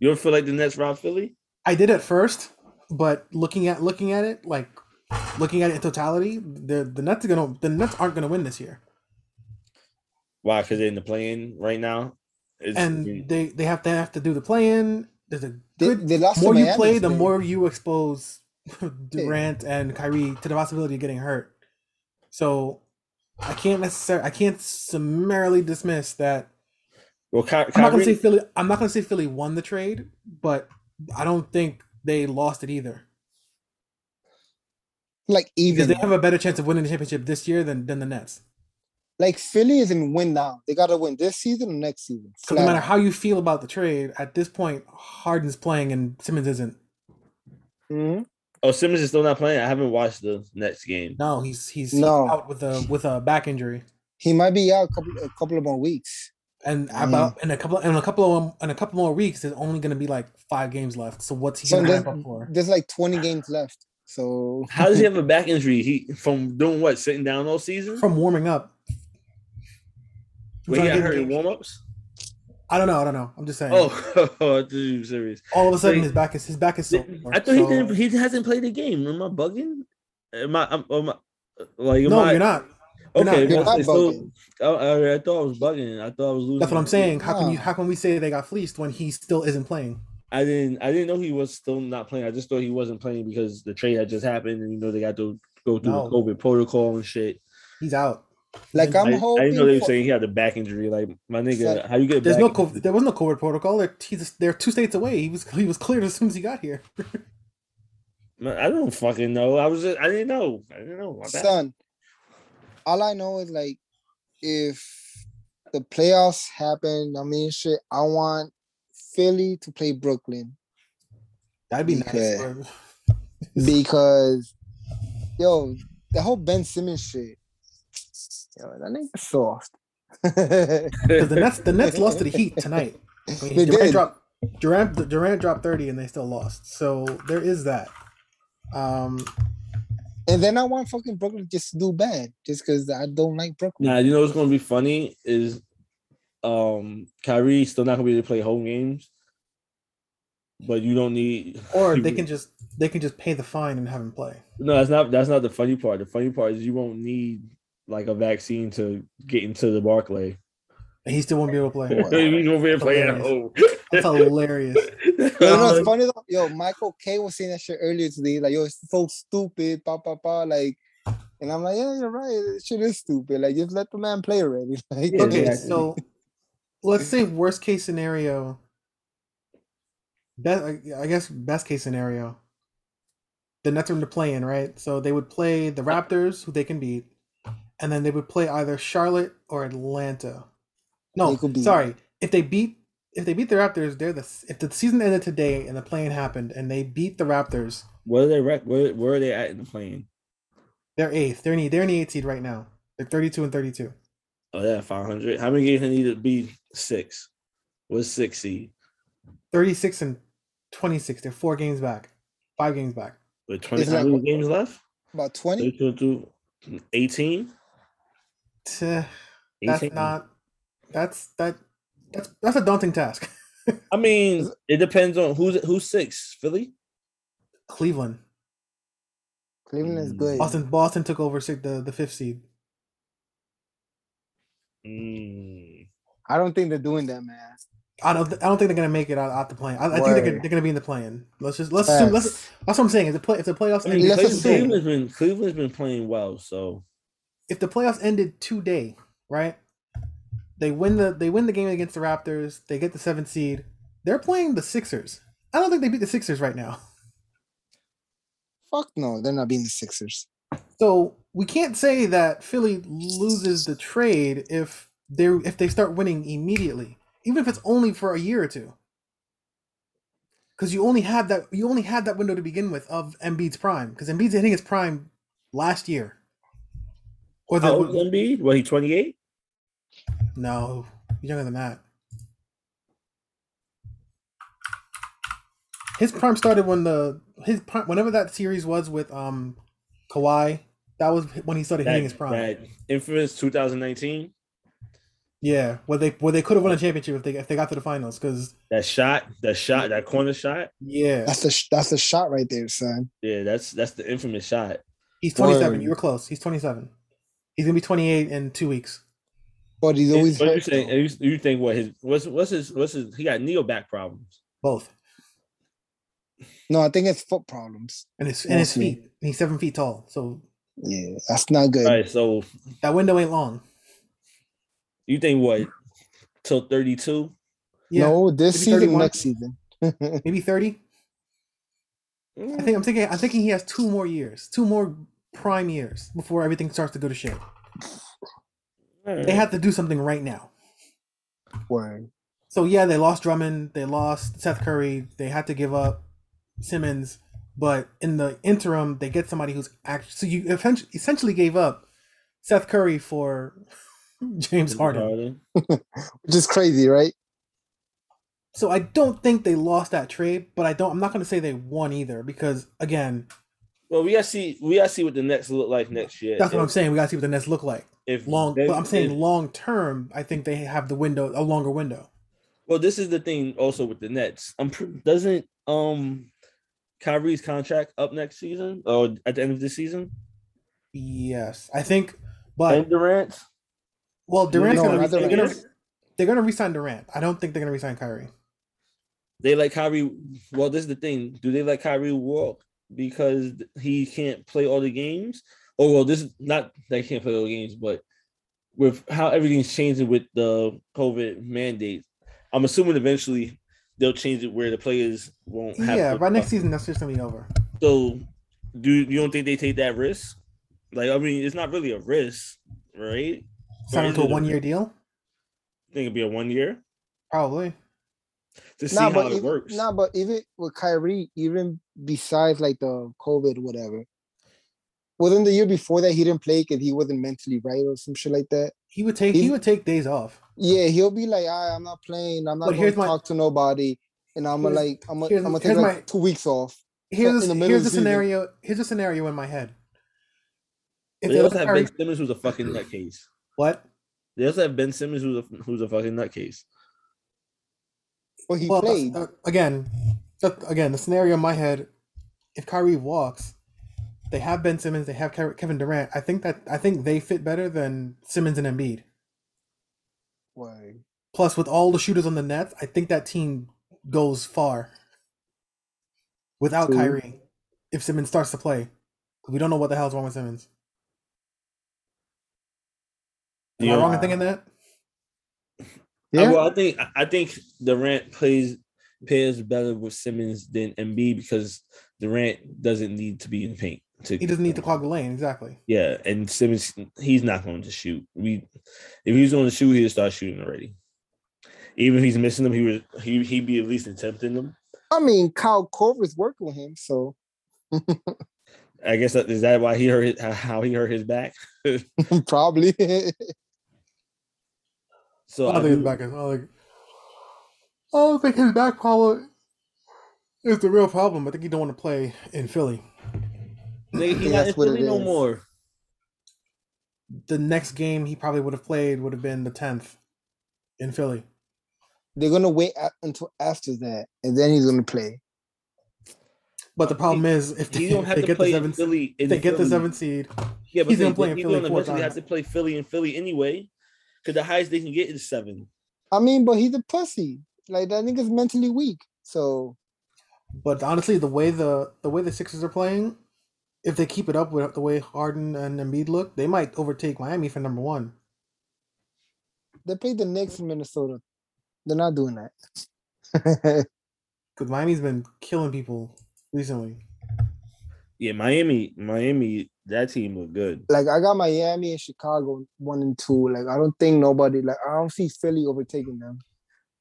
You don't feel like the Nets robbed Philly? I did at first, but looking at looking at it like looking at it in totality, the the Nets are gonna the Nets aren't gonna win this year, Why? Because they're in the play-in right now. It's, and they they have to have to do the play in. There's a They, good they lost more to you Miami, play, the so- more you expose Durant and Kyrie to the possibility of getting hurt. So I can't necessarily I can't summarily dismiss that. well, Ky- I'm not gonna say Kyrie, Philly. I'm not gonna say Philly won the trade, but I don't think they lost it either. like Because even they have a better chance of winning the championship this year than than the Nets. like Philly is in win now. They gotta win this season or next season. So Flat no matter out. how you feel about the trade, at this point, Harden's playing and Simmons isn't. Mhm. oh Simmons is still not playing. I haven't watched the Nets game. No, he's he's, No. he's out with a with a back injury, he might be out a couple a couple of more weeks. and Mm. about in a couple in a couple of in a couple more weeks, there's only going to be like five games left. So what's he So going to there's, ramp up for? there's like 20 games left. So How does he have a back injury? He from doing what? Sitting down all season? From warming up, Wait, he got Trying to hurt get in games. warm-ups? I don't know. I don't know. I'm just saying. Oh, I thought you were serious. all of a sudden wait. his back is his back is. Sore, I thought he so- didn't. He hasn't played the game. Am I bugging? Am I? I'm, am I like, am No, I, you're not. you're not. Okay, you're well, not I still- bugging. I, I- I thought I was bugging. I thought I was losing. That's what my I'm shit. saying. How can you? No. How can we say they got fleeced when he still isn't playing? I didn't. I didn't know he was still not playing. I just thought he wasn't playing because the trade had just happened, and you know they got to go through No. the COVID protocol and shit. He's out. Like, I'm I, I hoping didn't know they were for- saying he had a back injury. Like my nigga, So- how you get? There's back no injury? COVID, there was no COVID protocol. They're, he's, they're two states away. He was he was cleared as soon as he got here. Man, I don't fucking know. I was. Just, I didn't know. I didn't know. My bad. son, all I know is like if the playoffs happen, I mean shit, I want Philly to play Brooklyn That'd be Okay. nice. or- because yo, the whole Ben Simmons shit. Yo, that nigga soft. 'cause the Nets the Nets lost to the Heat tonight. I mean, They Durant did. dropped Durant Durant dropped thirty and they still lost. So there is that. Um, and then I want fucking Brooklyn just to do bad just because I don't like Brooklyn. Nah, you know what's gonna be funny is, um, Kyrie still not gonna be able to play home games, but you don't need. or they can just they can just pay the fine and have him play. No, that's not that's not the funny part. The funny part is you won't need like a vaccine to get into the Barclay. And he still won't be able to play. you know we're playing at home. That's hilarious. Yo, you know what's Um, funny though? Yo, Michael K was saying that shit earlier today. Like, yo, it's so stupid, pa pa pa. Like, and I'm like, yeah, you're right. This shit is stupid. Like, just let the man play already. Like, Yeah, Okay, exactly. so let's say worst case scenario. Best, I I guess best case scenario. The Nets are in the play-in, right? So they would play the Raptors, who they can beat, and then they would play either Charlotte or Atlanta. No, They could beat. sorry. If they beat if they beat the Raptors, they're the s- if the season ended today and the play-in happened and they beat the Raptors, what are they rec- where, where are they at in the plane? they're eighth. They're in the- they're in the eighth seed right now. They're thirty-two and thirty-two. Oh yeah, five hundred. How many games they need to be six? What's six seed? 36 and 26. They're four games back, five games back. With 20 Isn't how that- many games left? About 20? 32 to 18? Tch, That's 18? not. That's that. That's that's a daunting task. I mean, it depends on who's who's six. Philly? Cleveland, Cleveland is Mm. good. Boston, Boston took over six, the the fifth seed. Mm. I don't think they're doing that, man. I don't. I don't think they're gonna make it out, out the play. I, I think they're, gonna- Word. they're gonna be in the play-in. Let's just let's assume, let's. Facts. That's what I'm saying. If the play, if the playoffs I mean, ended, let's Cleveland, assume- Cleveland's been Cleveland's been playing well, so if the playoffs ended today, right? They win the they win the game against the Raptors. They get the seventh seed. They're playing the Sixers. I don't think they beat the Sixers right now. Fuck no, they're not beating the Sixers. So we can't say that Philly loses the trade if they are if they start winning immediately, even if it's only for a year or two. Because you only had that you only had that window to begin with of Embiid's prime. Because Embiid's hitting his prime last year. Or how old the, is Embiid? What he twenty eight? no, younger than that. His prime started when the his prime, whenever that series was with um Kawhi, that was when he started hitting his That, prime. that infamous two thousand nineteen. Yeah, well they well they could have won a championship if they if they got to the finals because That shot, that shot, that corner shot. yeah That's the that's the shot right there, son. Yeah, that's that's the infamous shot. he's twenty seven. Word. You were close. He's twenty seven. He's gonna be twenty eight in two weeks. But he's always What you hurt. think? though. You, you think what his what's what's his what's his? He got knee or back problems. Both No, I think it's foot problems. and his and his Mostly. feet. He's seven feet tall, so Yeah, that's not good. All right, so that window ain't long. you think what till thirty two? Yeah, No, this Maybe season, 31. next season. maybe thirty. Mm, I think I'm thinking I'm thinking he has two more years, two more prime years before everything starts to go to shit. They have to do something right now. Word. So yeah, they lost Drummond, they lost Seth Curry, they had to give up Simmons, but in the interim, they get somebody who's actually so you effen- essentially gave up Seth Curry for James Harden. Which is crazy, right? So I don't think they lost that trade, but I don't. I'm not going to say they won either because again, Well, we gotta see. We gotta see what the Nets look like next year. that's what I'm If- saying. We got to see what the Nets look like If long. they- But I'm saying if- long term, I think they have the window a longer window. well, this is the thing also with the Nets. I'm pre- doesn't um Kyrie's contract up next season or at the end of this season? Yes, I think. But and Durant. well, Durant's No, going to not they're going Durant. to they're going to resign Durant. I don't think they're going to resign Kyrie. They let Kyrie. Well, this is the thing. Do they let Kyrie walk because he can't play all the games? Or well, this is not that he can't play all the games, but with how everything's changing with the COVID mandate, I'm assuming eventually they'll change it where the players won't have. Yeah, to- by next season, that's just gonna be over. So, do you don't think they take that risk? Like, I mean, it's not really a risk, right? Sign him to a is it? one year deal, I think it'd be a one year probably. to see Nah, how but it even, works. nah, but even with Kyrie, even besides like the COVID, whatever, wasn't the year before that he didn't play because he wasn't mentally right or some shit like that? He would take he He- would take days off. Yeah, he'll be like, "Ah, I'm not playing. I'm not But going here's to my- talk to nobody, and I'm gonna Here's- like, I'm gonna, here's- I'm gonna take here's like my- two weeks off." Here's in the the middle here's of the the season. scenario. Here's a scenario in my head. If They they also let have Kyrie, Ben Simmons, who's a fucking nutcase. what? They also have Ben Simmons, who's a who's a fucking nutcase. But he well, played. uh, again, the- again, the scenario in my head. If Kyrie walks, they have Ben Simmons, they have Ke- Kevin Durant. I think that I think they fit better than Simmons and Embiid. Word. Plus, with all the shooters on the Nets, I think that team goes far without True. Kyrie if Simmons starts to play. 'Cause We don't know what the hell's wrong with Simmons. Am I Yeah. wrong in thinking that? I- Yeah. well, I think I- I think Durant plays pairs better with Simmons than Embiid because Durant doesn't need to be in the paint. To, He doesn't need to clog the lane, exactly. Yeah, and Simmons, he's not going to shoot. We, if he was going to shoot, he'd start shooting already. Even if he's missing them, he would he he'd be at least attempting them. I mean, Kyle Korver's working with him, so I guess that is that why he hurt his, how he hurt his back. probably. So I I think it's do- back. I was like, oh, don't think his back problem is the real problem. I think he don't want to play in Philly. Nigga, he Yeah, not in that's what Philly it no is. more. The next game he probably would have played would have been the tenth in Philly. They're gonna wait a- until after that, and then he's gonna play. But the problem is if they, He don't if have they to get play the in seventh, Philly. if In they get the Philly. seventh seed. Yeah, but he's they, gonna play in he's Philly gonna four eventually have times. to play Philly in Philly anyway, because the highest they can get is seven. I mean, but he's a pussy. Like that nigga's mentally weak. So But honestly, the way the the way the Sixers are playing, if they keep it up with the way Harden and Embiid look, they might overtake Miami for number one. they played the Knicks in Minnesota. They're not doing that. Because Miami's been killing people recently. Yeah, Miami, Miami, that team look good. like I got Miami and Chicago one and two. Like I don't think nobody. Like I don't see Philly overtaking them.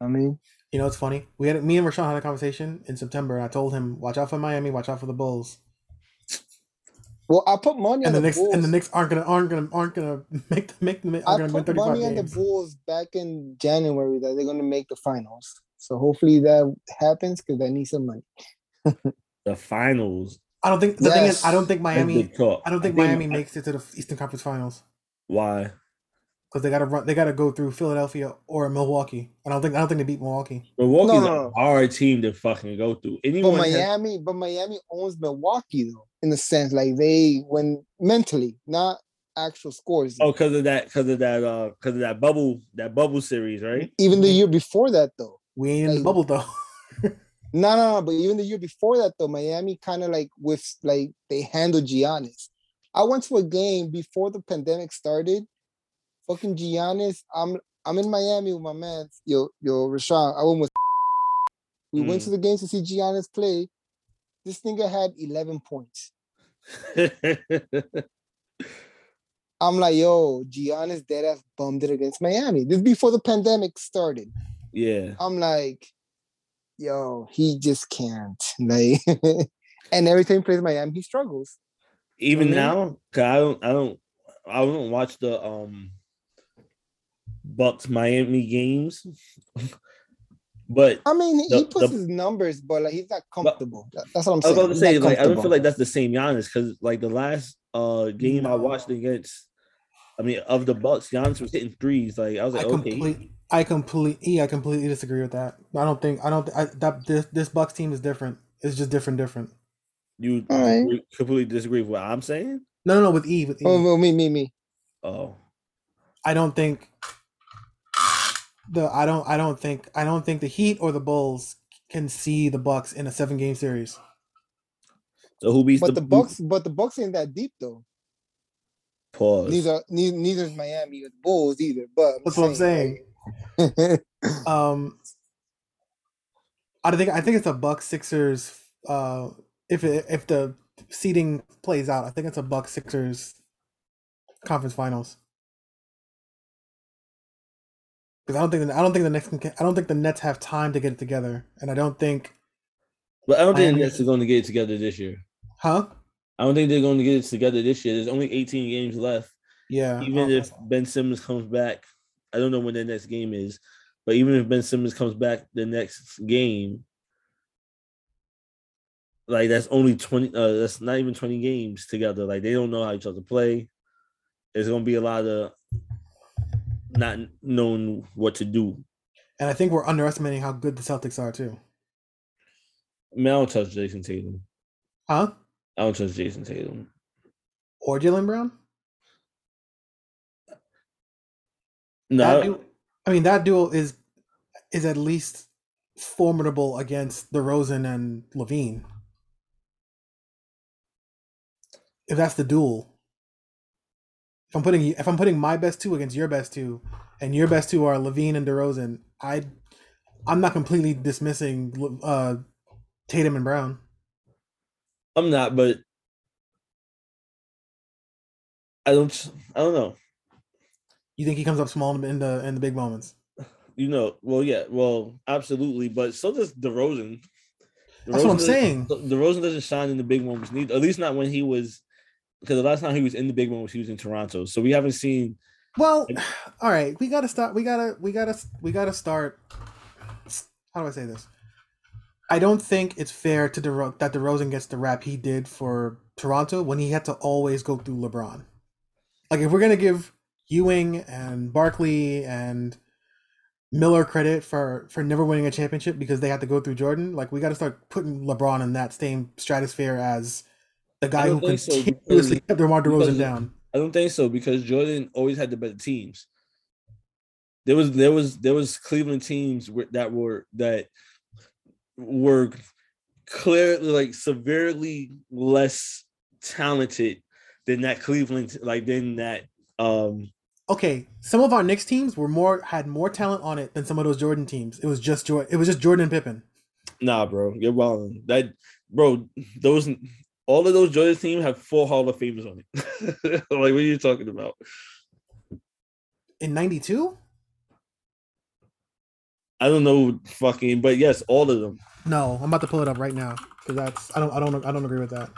I mean, You know, it's funny. We had me and Rashawn had a conversation in September. And I told him, "Watch out for Miami. Watch out for the Bulls." well, I put money on And the the, Knicks Bulls. and the Knicks aren't gonna aren't gonna aren't gonna make the make the I aren't gonna win put thirty five money on the games. Bulls back in January that they're gonna make the finals. So hopefully that happens because I need some money. The finals. I don't think the thing is Yes. I don't think that's Miami big talk. I don't think Miami makes it to the Eastern Conference Finals Why? because they gotta run they gotta go through Philadelphia or Milwaukee. I don't think I don't think they beat Milwaukee's Milwaukee's No, no, a hard team to fucking go through. But Anyone? has- Miami, but Miami owns Milwaukee though, in a sense. Like they when mentally, not actual scores. oh, because of that, because of that, uh, because of that bubble, that bubble series, right? Even the year before that though. We ain't in the Hey. bubble though. No, no, no. But even the year before that, though, Miami kind of like with like they handled Giannis. I went to a game before the pandemic started. Fucking Giannis, I'm I'm in Miami with my man, yo, yo, Rashad. I went with. We went to the game to see Giannis play. This nigga had 11 points. I'm like, yo, Giannis dead ass bummed it against Miami. This before the pandemic started. yeah, I'm like, yo, he just can't. Like, and every time he plays Miami, he struggles. even Mhm. now, 'cause I don't, I don't, I don't watch the um Bucks Miami games, but I mean, he- he The- puts the- his numbers, but like he's not comfortable. That- That's what I'm I was saying. about to He's not say, like, I don't feel comfortable. like that's the same Giannis because, like, the last uh game I watched against, I mean, of the Bucks, Giannis was hitting threes. Like, I was I like, okay, complete I completely I completely disagree with that. I don't think I don't I, that this this Bucks team is different. It's just different, different. you All right. disagree- completely disagree with what I'm saying. No, no, no. With E, with E. Oh, well, me, me, me. Oh, I don't think the I don't I don't think I don't think the Heat or the Bulls can see the Bucks in a seven game series. so who beats But the who- Bucks, but the Bucks ain't that deep though. Pause. Neither, neither, neither is Miami or the Bulls either. But That's what I'm saying. saying. Um I don't think I think it's a Bucks Sixers uh if it, if the seeding plays out, I think it's a Bucks Sixers conference finals. Because I don't think the, I don't think the next I don't think the Nets have time to get it together, and I don't think but I don't think Miami- the Nets are going to get it together this year. huh I don't think they're going to get it together this year. There's only 18 games left. yeah Even if Ben Simmons comes back, I don't know when their next game is, but even if Ben Simmons comes back the next game, like that's only 20, uh, that's not even 20 games together. Like they don't know how each other play. There's going to be a lot of not knowing what to do. and I think we're underestimating how good the Celtics are too I mean, I don't trust Jason Tatum. huh I don't trust Jason Tatum. or Jalen Brown No, that I- duo, I mean that duel is is at least formidable against the Rosen and Levine. If that's the duel, if I'm putting if I'm putting my best two against your best two, and your best two are Levine and DeRozan, I I'm not completely dismissing Le- uh, Tatum and Brown. I'm not, but I don't. I don't know. You think he comes up small in the in the big moments? You know. Well, yeah. Well, absolutely. But so does DeRozan. That's what I'm DeRozan- saying. DeRozan doesn't shine in the big moments, neither. At least not when he was. Because the last time he was in the big moments, he was in Toronto. So we haven't seen. Well, all right, we gotta stop. We gotta, we gotta, we gotta, we gotta start. how do I say this? I don't think it's fair to DeRo- that DeRozan gets the rap he did for Toronto when he had to always go through LeBron. Like if we're gonna give Ewing and Barkley and Miller credit for for never winning a championship because they had to go through Jordan, like we got to start putting LeBron in that same stratosphere as the guy who don't think so, because- continuously kept DeMar because- DeRozan down. I don't think so because Jordan always had the better teams. There was there was there was Cleveland teams were- that were that were clearly like severely less talented than that Cleveland like than that um okay, some of our Knicks teams were more had more talent on it than some of those Jordan teams. It was just Jordan. It was just Jordan and Pippen. nah bro you're wrong that bro those all of those Jordan teams have four Hall of Famers on it like what are you talking about In '92? I don't know fucking but yes all of them No, I'm about to pull it up right now because that's I don't I don't I don't agree with that.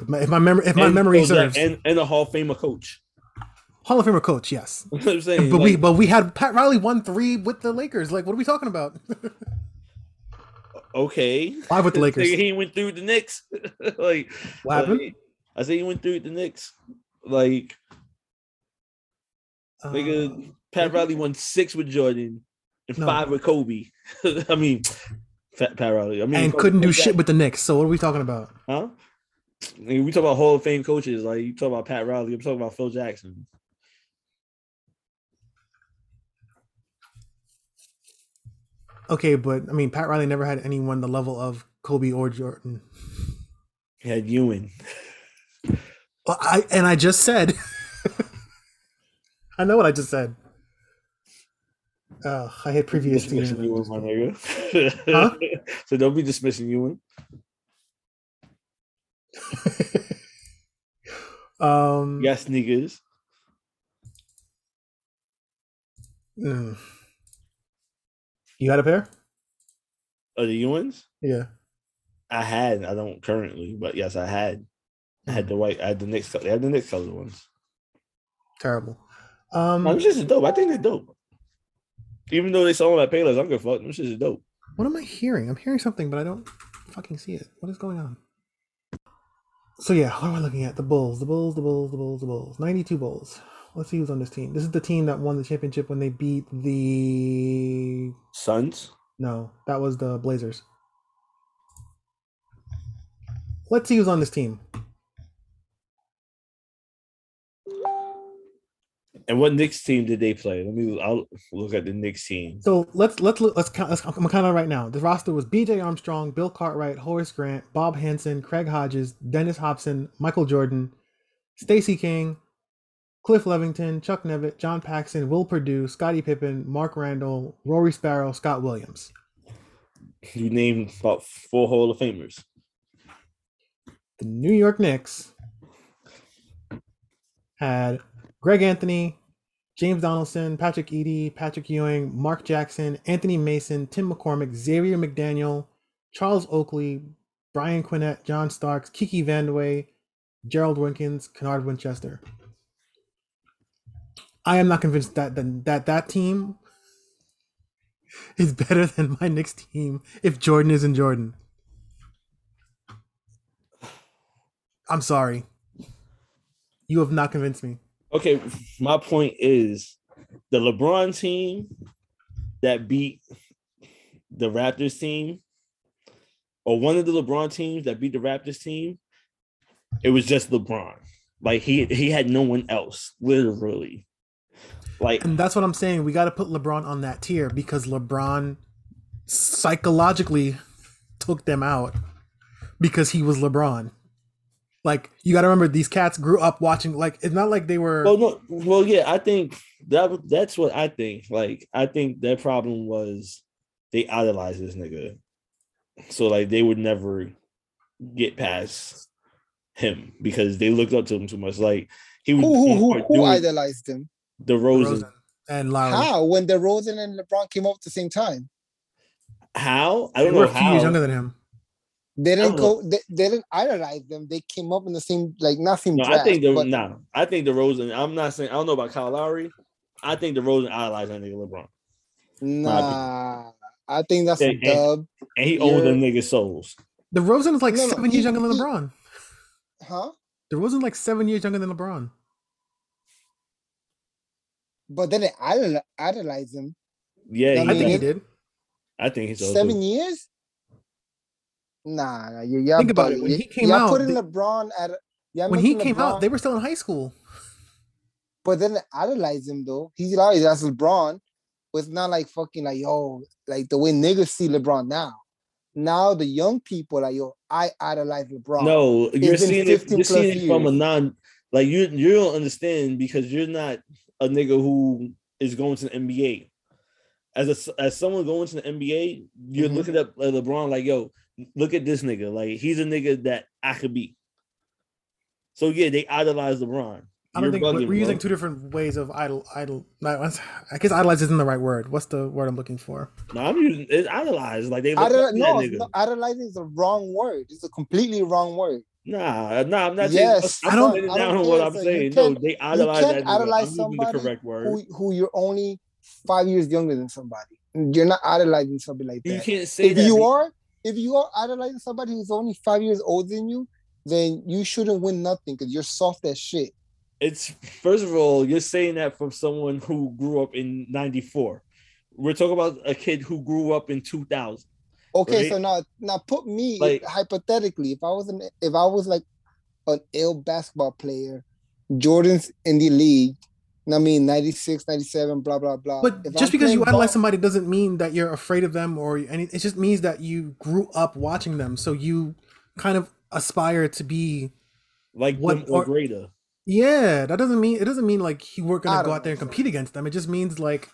If my, if my memory if my And- memory oh, yeah, serves, and and a Hall of Famer coach Hall of Famer coach, yes. You know what I'm saying But we Like, but we had Pat Riley won three with the Lakers. Like, what are we talking about? okay. Five with the Nigga, Lakers. he went through the Knicks. like What happened? like, I say he went through the Knicks. Like Uh, nigga, Pat Riley won six with Jordan and No. five with Kobe. I mean, Pat, Pat Riley. I mean, and Kobe- couldn't do Kobe shit Bryant, with the Knicks. So what are we talking about? huh? Nigga, we talk about Hall of Fame coaches. Like you talk about Pat Riley. I'm talking about Phil Jackson. Okay, but I mean, Pat Riley never had anyone the level of Kobe or Jordan. He had Ewing. Well, I and I just said, I know what I just said. Oh, I hit previous teams. Dismissing Ewing, my nigga. Huh? so don't be dismissing Ewing. um, Yes, niggas. mm. You had a pair? Are the Ewings? Yeah. I had. I don't currently, but yes, I had. I had Mm. the white. I had the next. They had the next color ones. Terrible. No, Um, them shits is dope. I think they're dope. Even though they sold at Payless, I'm gonna fuck them. Shits is dope. what am I hearing? I'm hearing something, but I don't fucking see it. What is going on? So yeah, what am I looking at? The Bulls, the Bulls, the Bulls, the Bulls, the Bulls. Ninety-two Bulls. Let's see who's on this team. This is the team that won the championship when they beat the Suns. No, that was the Blazers. Let's see who's on this team. And what Knicks team did they play? Let me. I'll look at the Knicks team. So let's let's look- let's count. Let's, I'm gonna count out right now. The roster was B.J. Armstrong, Bill Cartwright, Horace Grant, Bob Hansen, Craig Hodges, Dennis Hobson, Michael Jordan, Stacey King, Cliff Levington, Chuck Nevitt, John Paxson, Will Perdue, Scottie Pippen, Mark Randall, Rory Sparrow, Scott Williams. You named about four Hall of Famers. the New York Knicks had Greg Anthony, James Donaldson, Patrick Edie, Patrick Ewing, Mark Jackson, Anthony Mason, Tim McCormick, Xavier McDaniel, Charles Oakley, Brian Quinnett, John Starks, Kiki Vandeweghe, Gerald Wilkins, Kennard Winchester. I am not convinced that that that, that team is better than my Knicks team if Jordan isn't Jordan. I'm sorry. You have not convinced me. Okay, my point is the LeBron team that beat the Raptors team, or one of the LeBron teams that beat the Raptors team, it was just LeBron. Like he he had no one else, literally. Like And that's what I'm saying. We got to put LeBron on that tier because LeBron psychologically took them out because he was LeBron. Like, you got to remember, these cats grew up watching, like, it's not like they were. well no well yeah, I think that w- that's what I think. Like I think their problem was they idolized this nigga. So like they would never get past him because they looked up to him too much. Like he Who was who who, doing who idolized him? the Rosen. DeRozan and Lowry. How when DeRozan and LeBron came up at the same time? How? I They don't were know a few years younger how. than him. They didn't go. don't They, they didn't idolize them. They came up in the same like not same No, draft. I think the but nah, I think the Rosen. I'm not saying I don't know about Kyle Lowry. I think the Rosen idolized that nigga LeBron. nah. I think that's Yeah, a and- dub. And he owed You're- them niggas souls. The Rosen is like No, no, seven years he- younger than he- LeBron. Huh? The Rosen like seven years younger than LeBron. But then it idol- idolize him. I Yeah, he I think he does. mean, did. I think he's Seven years? Nah, nah you, y'all Think about bugging. it. When Y- he came y'all out, putting they- LeBron at y'all When he making came out, LeBron- they were still in high school. But then idolize him though. He's always that's LeBron. But it's not like fucking like yo, like the way niggas see LeBron now. Now the young people like yo, I idolize LeBron. No, you're been seeing it. 15 You're seeing plus it from a years. non. Like you, you don't understand because you're not a nigga who is going to the NBA. As a, as someone going to the NBA, you're Mhm. looking up at LeBron like, yo, look at this nigga. Like he's a nigga that I could be. So yeah, they idolize LeBron. I You're don't think we're- bugging, we're using bro. two different ways of idol idol. Not, I guess idolize isn't the right word. What's the word I'm looking for? No, I'm using it's idolized. Like they look up Idol- to no, that it's nigga. not- idolize is a wrong word. It's a completely wrong word. Nah, nah, I'm not. Yes, saying, I I'm don't- not saying I don't down on what care, I'm so you saying. No, can't- they idolize can't that. nigga. idolize I'm using somebody the correct word. Who who you're only five years younger than somebody. You're not idolizing somebody like you that. can't say If that. you be- are, if you are idolizing somebody who's only five years older than you, then you shouldn't win nothing because you're soft as shit. it's first of all, you're saying that from someone who grew up in '94. We're talking about a kid who grew up in 2000. Okay, Right? so now now put me Like- hypothetically, if I was an if I was like an ill basketball player, Jordan's in the league, and I mean 96, 97, blah blah blah. But Uh, If just I'm because you playing idolize ball- somebody doesn't mean that you're afraid of them or any. It just means that you grew up watching them, so you kind of aspire to be. Like What them or are- greater. Yeah, that doesn't mean it doesn't mean like you were gonna go Idolize out there and compete against them. It just means like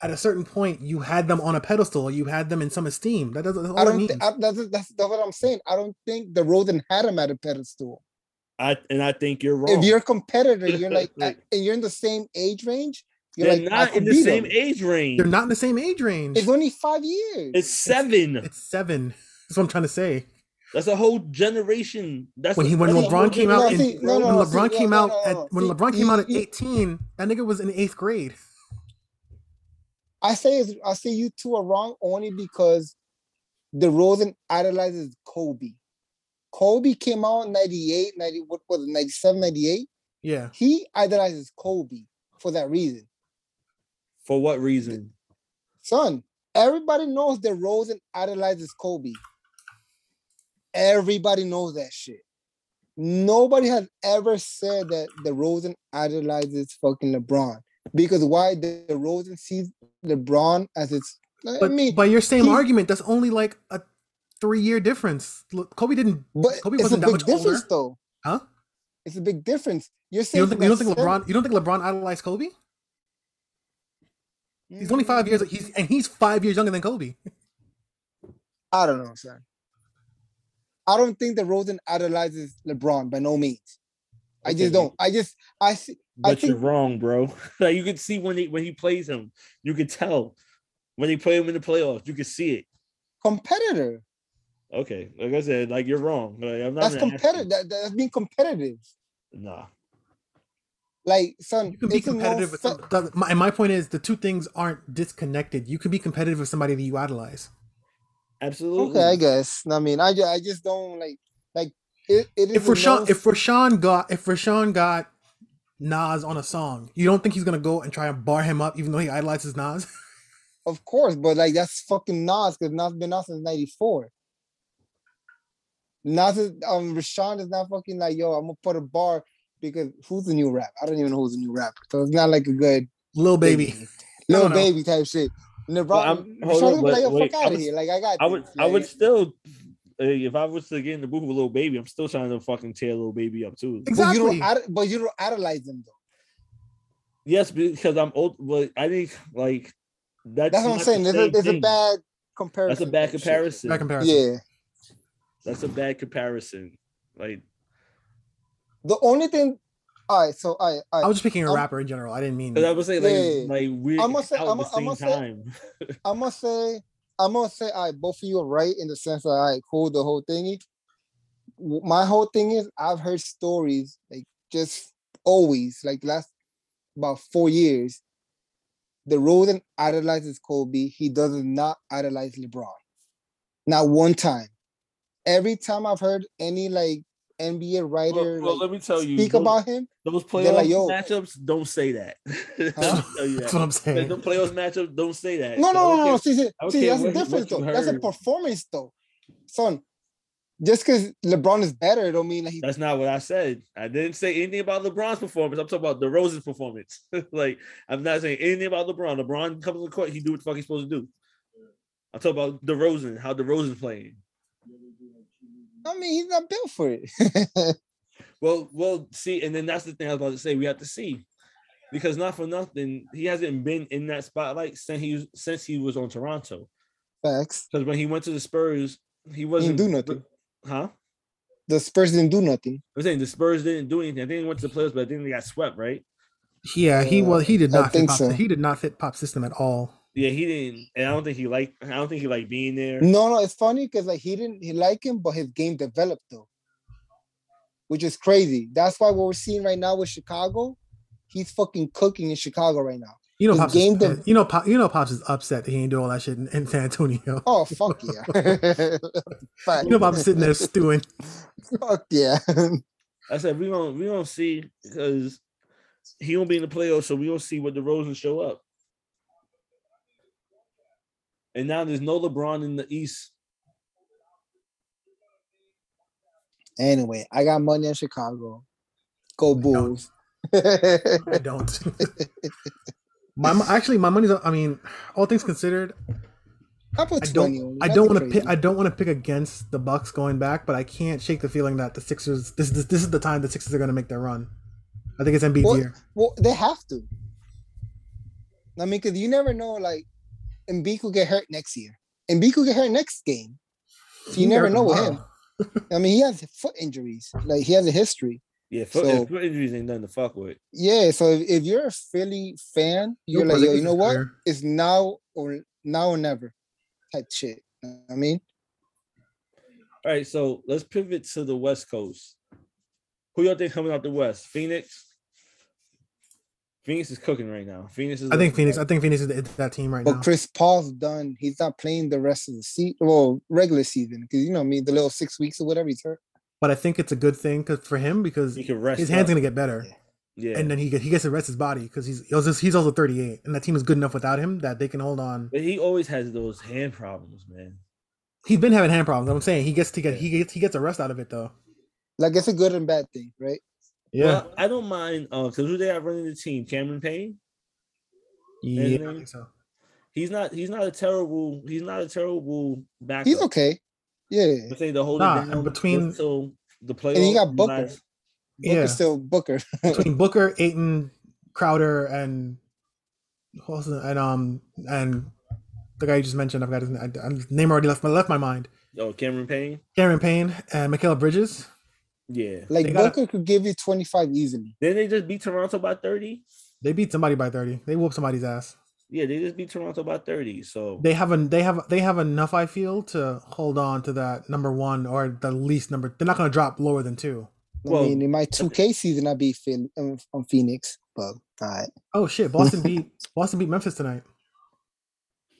at a certain point you had them on a pedestal, you had them in some esteem. That doesn't. That's all I it don't. means. Th- I, that's, that's that's what I'm saying. I don't think the Rosen had him at a pedestal. I and I think you're wrong. If you're a competitor, you're like, Like- I- and you're in the same age range. You're They're like, I not could in the beat same him. age range. They're not in the same age range. It's only five years. It's seven. It's seven. That's what I'm trying to say. That's a whole generation. That's When he when that's a whole LeBron came out, No, in, generation. see, no, when no, LeBron see, came no, out no, at no. when See, LeBron came you- out at you- 18, that nigga was in eighth grade. I say it's, I say you two are wrong only because the Rosen idolizes Kobe. Kobe came out in 98, 90, what was it, 97, 98. Yeah, He idolizes Kobe for that reason. For what reason? Son, everybody knows that Rosen idolizes Kobe. Everybody knows that shit. Nobody has ever said that the Rosen idolizes fucking LeBron because why the Rosen sees LeBron as its. I but mean, by your same he- argument, that's only like a three year difference. Look, Kobe didn't. But Kobe it's wasn't a that big much difference, older. though. Huh? It's a big difference. You're You saying don't think you don't think LeBron you don't think LeBron idolized Kobe? Mm-hmm. He's only five years. He's and he's five years younger than Kobe. I don't know, son. I don't think that Rosen idolizes LeBron by no means. I Okay. just don't. I just I see. But you're think- wrong, bro. like you can see when he when he plays him, you can tell when they play him in the playoffs. You can see it. competitor. Okay, like I said, like you're wrong. Like, I'm not That's gonna ask competitive. you. That, that's being competitive. Nah, Like, son, You can be it's a known competitive with fa- some, doesn't- my, and my point is the two things aren't disconnected. You can be competitive with somebody that you idolize. absolutely. Okay, I guess. I mean, I just, I just don't like like it. it is If a known Rashawn if Rashawn got if Rashawn got Nas on a song, you don't think he's gonna go and try and bar him up, even though he idolizes Nas? Of course, but like that's fucking Nas because Nas been out since '94. Nas is um Rashawn is not fucking like yo. I'm gonna put a bar because who's the new rap? I don't even know who's the new rapper, so it's not like a good Little baby. little no. baby type shit. LeBron, Well, I'm- hold Rashawn on, is like but yo, wait, fuck I out of was- here. Like I got. I would, this, I like- would still, uh, if I was to get in the booth with little baby, I'm still trying to fucking tear little baby up But too. you Exactly. don't, ad- but you don't analyze them though. Yes, because I'm old, but I think like that's, That's what I'm not saying. the It's a, same it's a thing. bad comparison. That's a bad shit. comparison. By comparison. Yeah. That's a bad comparison. Like The only thing. All right. So all right. All I right. was just picking a I'm- rapper in general. I didn't mean Cause I would say, like, Yeah. like we're I'm gonna say- out I'm at gonna- I'm the same gonna say- time. I'm gonna say, I'm gonna say, I both of you are right in the sense that I cool the whole thingy. W- My whole thing is, I've heard stories like just always, like last about four years, DeRozan idolizes Kobe. He does not idolize LeBron. Not one time. Every time I've heard any like NBA writer Well, well, like, let me tell you, speak those, about him, those they're playoff like, yo. matchups. Don't say that. I'll tell you That's what that. I'm Like, saying. oh, The playoff matchups. Don't say that. No, So no, I no, don't no. care. See, see, I don't see care that's the what- what difference, you though. That's a heard. performance, though. Son, just because LeBron is better, don't mean that he. That's not what I said. I didn't say anything about LeBron's performance. I'm talking about DeRozan's performance. like I'm not saying anything about LeBron. LeBron comes to the court, he do what the fuck he's supposed to do. I'm talking about DeRozan, how DeRozan's playing. I mean, he's not built for it. Well, well, see, and then that's the thing I was about to say. We have to see because not for nothing, he hasn't been in that spotlight since he was since he was on Toronto. Facts. Because when he went to the Spurs, he He wasn't didn't do nothing. Huh? The Spurs didn't do nothing. I'm saying the Spurs didn't do anything. I think they went to the playoffs, but I think they got swept, right? Yeah, he was. He did I not. fit think pop, so. He did not fit pop system at all. Yeah, he didn't. And I don't think he liked. I don't think he liked being there. Mm. No, no, it's funny because like he didn't he like him, but his game developed though, which is crazy. That's why what we're seeing right now with Chicago, he's fucking cooking in Chicago right now. You know, His pops. is game pissed. dev- you know, pop, you know, pops is upset that he ain't do all that shit in, in San Antonio. Oh fuck yeah! Fuck. You know, pops is sitting there stewing. Fuck yeah! I said we don't we don't see because he won't be in the playoffs, so we don't see what the Rosen show up. And now there's no LeBron in the East. anyway, I got money in Chicago. Go Bulls. I don't. my mo- actually, my money's. on- I mean, all things considered, I put I twenty. don't. I don't want to pick. I don't want to pick against the Bucks going back, but I can't shake the feeling that the Sixers. This this, this is the time the Sixers are going to make their run. I think it's Embiid Well- year. well, they have to. I mean, because you never know. Like, Embiid could get hurt next year. Embiid could get hurt next game. So you never know with him. I mean, he has foot injuries. Like, he has a history. Yeah, foot, So- foot injuries ain't nothing to fuck with. Yeah. So if, if you're a Philly fan, you're Nope, I like, think yo, this you know is what? fair. It's now or now or never, type shit. You know what I mean, All right, so let's pivot to the West Coast. Who y'all think coming out the West? Phoenix. Phoenix is cooking right now. Phoenix is. I think Phoenix. I think Phoenix is the, it's that team right but now. Chris Paul's done. He's not playing the rest of the season. Well, regular season because you know, what I mean, the little six weeks or whatever he's hurt. but I think it's a good thing 'cause- for him because he can rest. his hands up. gonna get better, yeah. and then he get, he gets to rest his body because he's he's also- he's also 38, and that team is good enough without him that they can hold on. but he always has those hand problems, man. He's been having hand problems. I'm saying he gets to get he gets he gets a rest out of it though. Like, it's a good and bad thing, right? Well, I don't mind because who they have running the team? Cameron Payne. yeah. and I then- think so. He's not. He's not a terrible. He's not a terrible backup. He's okay. Yeah. I'm saying the whole Nah, it and down between- until the playoffs. he got Booker. last- Booker's Yeah. still Booker. between Booker, Aiton, Crowder, and who else is- and um and the guy you just mentioned, I've got his name, I, I- his name already left my left my mind. Oh, Cameron Payne. Cameron Payne and Michaela Bridges. Yeah. Like They gotta- Booker could give you 25 easily. Then they just beat Toronto by thirty. They beat somebody by thirty. They whoop somebody's ass. Yeah, they just beat Toronto by thirty. So They have a they have they have enough. I feel to hold on to that number one or the least number. They're not going to drop lower than two. Well, I mean, in my 2K season, I beat Phil um, on Phoenix, but all right. Oh shit! Boston beat Boston beat Memphis tonight.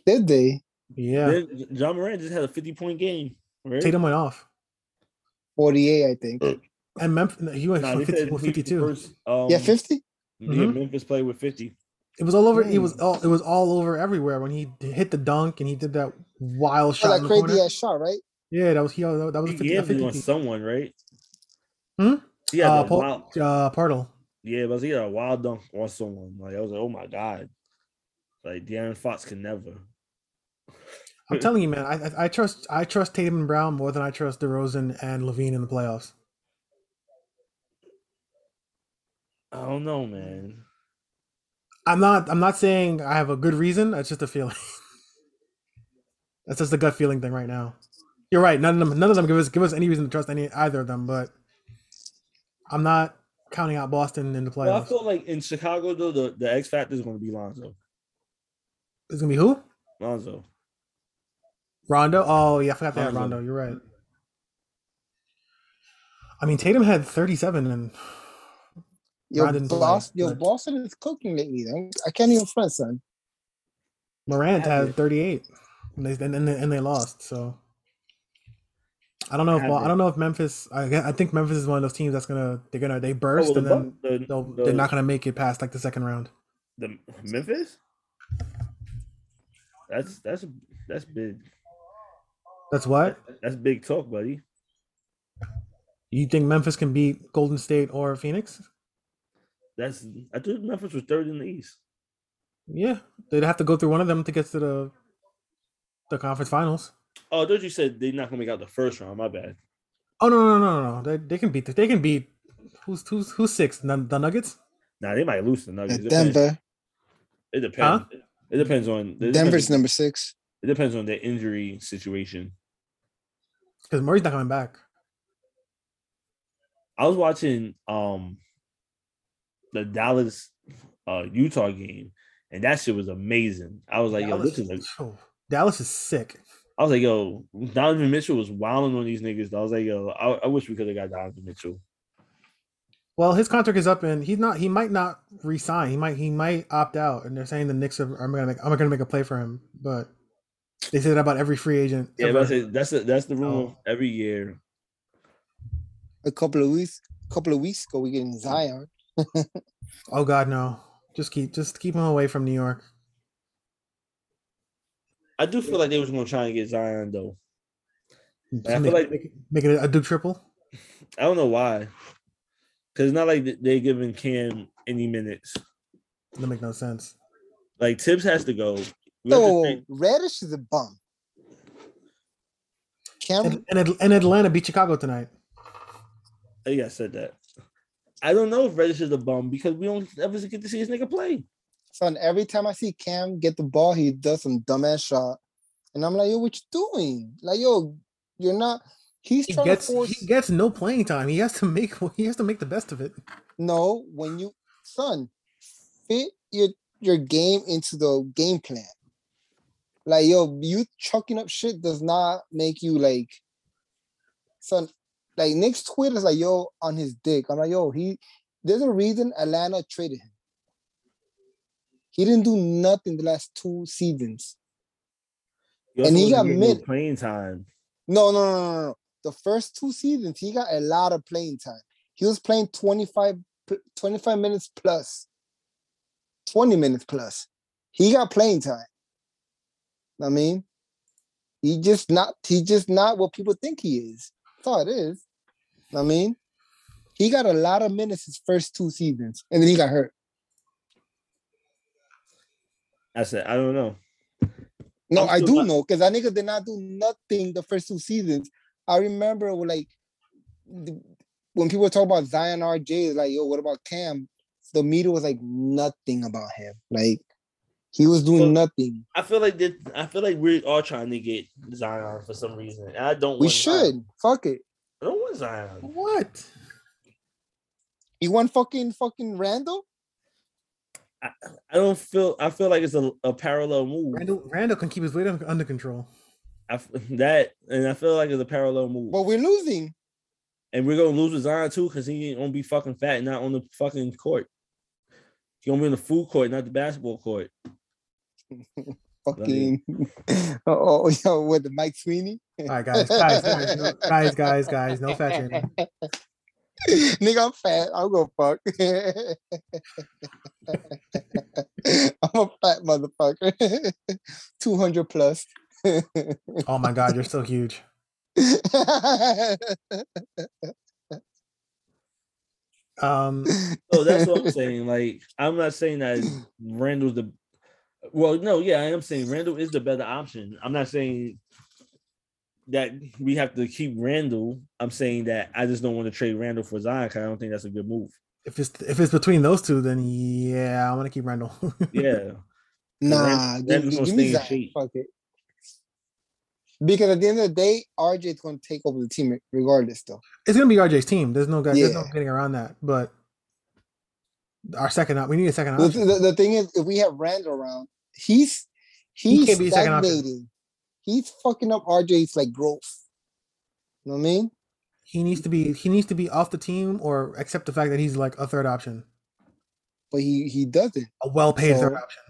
Did they? Yeah, then John Moran just had a fifty-point game. Right? Tatum went off, 48, I think. and Memphis he went Nah, from they said 50, he- 52. first, um, yeah, 50? yeah, Mhm. Memphis played with fifty. It was all over. It was Mm. all. It was all over everywhere when he d- hit the dunk and he did that wild Oh, shot. in the that crazy corner. ass shot, right? Yeah, that was he. That was a He 50. a gave it 50 on someone, right? Hmm? He had Uh, a Paul- wild, uh, Partle. yeah, but he had a wild dunk on someone. Like I was like, oh my god, like De'Aaron Fox can never. I'm telling you, man. I, I I trust I trust Tatum and Brown more than I trust DeRozan and Levine in the playoffs. I don't know, man. I'm not. I'm not saying I have a good reason. It's just a feeling. That's just the gut feeling thing right now. You're right. None of them. None of them give us give us any reason to trust any either of them. But I'm not counting out Boston in the Well, I playoffs. feel like in Chicago though, the, the X factor is going to be Lonzo. It's gonna be who? Lonzo. Rondo. Oh yeah, I forgot they had Rondo. Rondo. You're right. I mean, Tatum had 37, and Yo, Brandon Dwight, Boston, yo but- Boston is cooking lately. Though. I can't even front, son. Morant Have had 38, and they and, and, they- and they lost. So I don't know if Have well, I it. don't know if Memphis. I, gue- I think Memphis is one of those teams that's gonna they're gonna they Oh, burst well, the and then Bu- the- they'll, the- they're not gonna make it past like the second round. the Memphis. That's that's that's big. That's what That's big talk, buddy. you think Memphis can beat Golden State or Phoenix? That's I thought Memphis was third in the East. Yeah, they'd have to go through one of them to get to the the conference finals. Oh, I thought you said they're not gonna make out the first round. My bad. Oh no no no no no! They, they can beat the, they can beat who's who's who's six? The, the Nuggets? Nah, they might lose to the Nuggets. It depends. Denver. It depends. It depends on it depends- Denver's number six. It depends on the injury situation. Because Murray's not coming back. I was watching um the Dallas uh Utah game, and that shit was amazing. I was like, yo, this is a, Phew. Dallas is sick. I was like, yo, Donovan Mitchell was wilding on these niggas. I was like, yo, I, I wish we could have got Donovan Mitchell. Well, his contract is up, and he's not. He might not resign. He might. He might opt out. And they're saying the Knicks are, are going to make. I'm going to make a play for him, but they say that about every free agent. Yeah, Um, ever. but I said, that's the that's the rumor Oh. every year. A couple of weeks, a couple of weeks ago, we getting Zion. oh God, no! Just keep. Just keep him away from New York. I do feel like they was gonna try and get Zion though. I Make, feel like- make, make it a, do triple. I don't know why, because it's not like th- they giving Cam any minutes. That make no sense. Like Tibbs has to go. We have to No, trade- Radish is a bum. Cameron, Um, And, and, Atl- and Atlanta beat Chicago tonight. I think Oh, I said that. I don't know if Reddish is a bum because we don't ever get to see this nigga play. son, every time I see Cam get the ball, he does some dumbass shot, and I'm like, yo, what you doing? Like, yo, you're not. He's He trying gets. to force. He gets no playing time. He has to make. He has to make the best of it. No, when you son, fit your your game into the game plan. Like yo, you chucking up shit does not make you like son. Like Nick's Twitter is like yo on his dick. I'm like yo, he. There's a reason Atlanta traded him. He didn't do nothing the last two seasons. also And he got wasn't getting no minutes. playing time. No, no, no, no, no. The first two seasons, he got a lot of playing time. He was playing 25, pl- 25 minutes plus, 20 minutes plus. He got playing time. I mean, he just not he just not what people think he is. That's all it is. I mean, he got a lot of minutes his first two seasons, and then he got hurt. I said I don't know. No, I'm I still do not- know because that nigga did not do nothing the first two seasons. I remember when, like the- when people talk about Zion RJ, it's like, yo, what about Cam? The media was like nothing about him. Like he was doing So- nothing. I feel like that. I feel like we are trying to get Zion for some reason. And I don't. We want Zion. should. Fuck it. I don't want Zion. What? You want fucking fucking Randall? I don't feel. I feel like it's a, a parallel move. Randall. Randall can keep his weight un- under control. I f that and I feel like it's a parallel move. But we're losing. and we're gonna lose with Zion too because he ain't gonna be fucking fat and not on the fucking court. He gonna be in the food court, not the basketball court. Fucking oh, oh yo, with the Mike Sweeney. All right, guys, guys, guys, no, guys, guys, guys, no fat shaming. Nigga, I'm fat. I'm gonna fuck. I'm a fat motherfucker. 200 plus. Oh my God, you're so huge. Um, Oh, that's what I'm saying. Like, I'm not saying that Randall's the well, no, yeah, I am saying Randall is the better option. I'm not saying that we have to keep Randall. I'm saying that I just don't want to trade Randall for Zion because I don't think that's a good move. if it's if it's between those two, then yeah, I want to keep Randall. Yeah. nah, Rand- give, Randall's give gonna stay me in Zion. shape. Fuck it. Because at the end of the day, RJ is gonna take over the team regardless, though. it's gonna be RJ's team. There's no guy. There's no Yeah. getting around that. But our second, op- we need a second The, option. the, the thing is, if we have Randall around, he's He he's can't be a second option. stagnating. He's fucking up RJ's like growth. You know what I mean? He needs to be. He needs to be off the team or accept the fact that he's like a third option, But he he doesn't. a well-paid So- third option.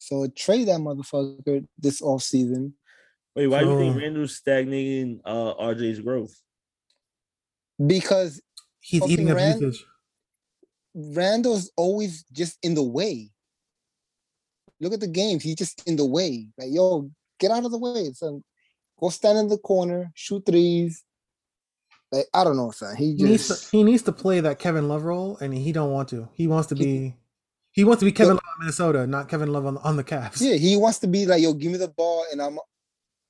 So trade that motherfucker this offseason. Wait, why do you think Bro. Randall's stagnating uh, RJ's growth? because He's Fucking eating up Rand- usage. Randall's always just in the way. Look at the games; he's just in the way. Like, yo, get out of the way, son. Go stand in the corner, shoot threes. Like, I don't know, son. He He needs just to, he needs to play that Kevin Love role, and he don't want to. He wants to be he wants to be Kevin Love on Minnesota, not Kevin Love on, on the Cavs. yeah, he wants to be like, yo, give me the ball, and I'm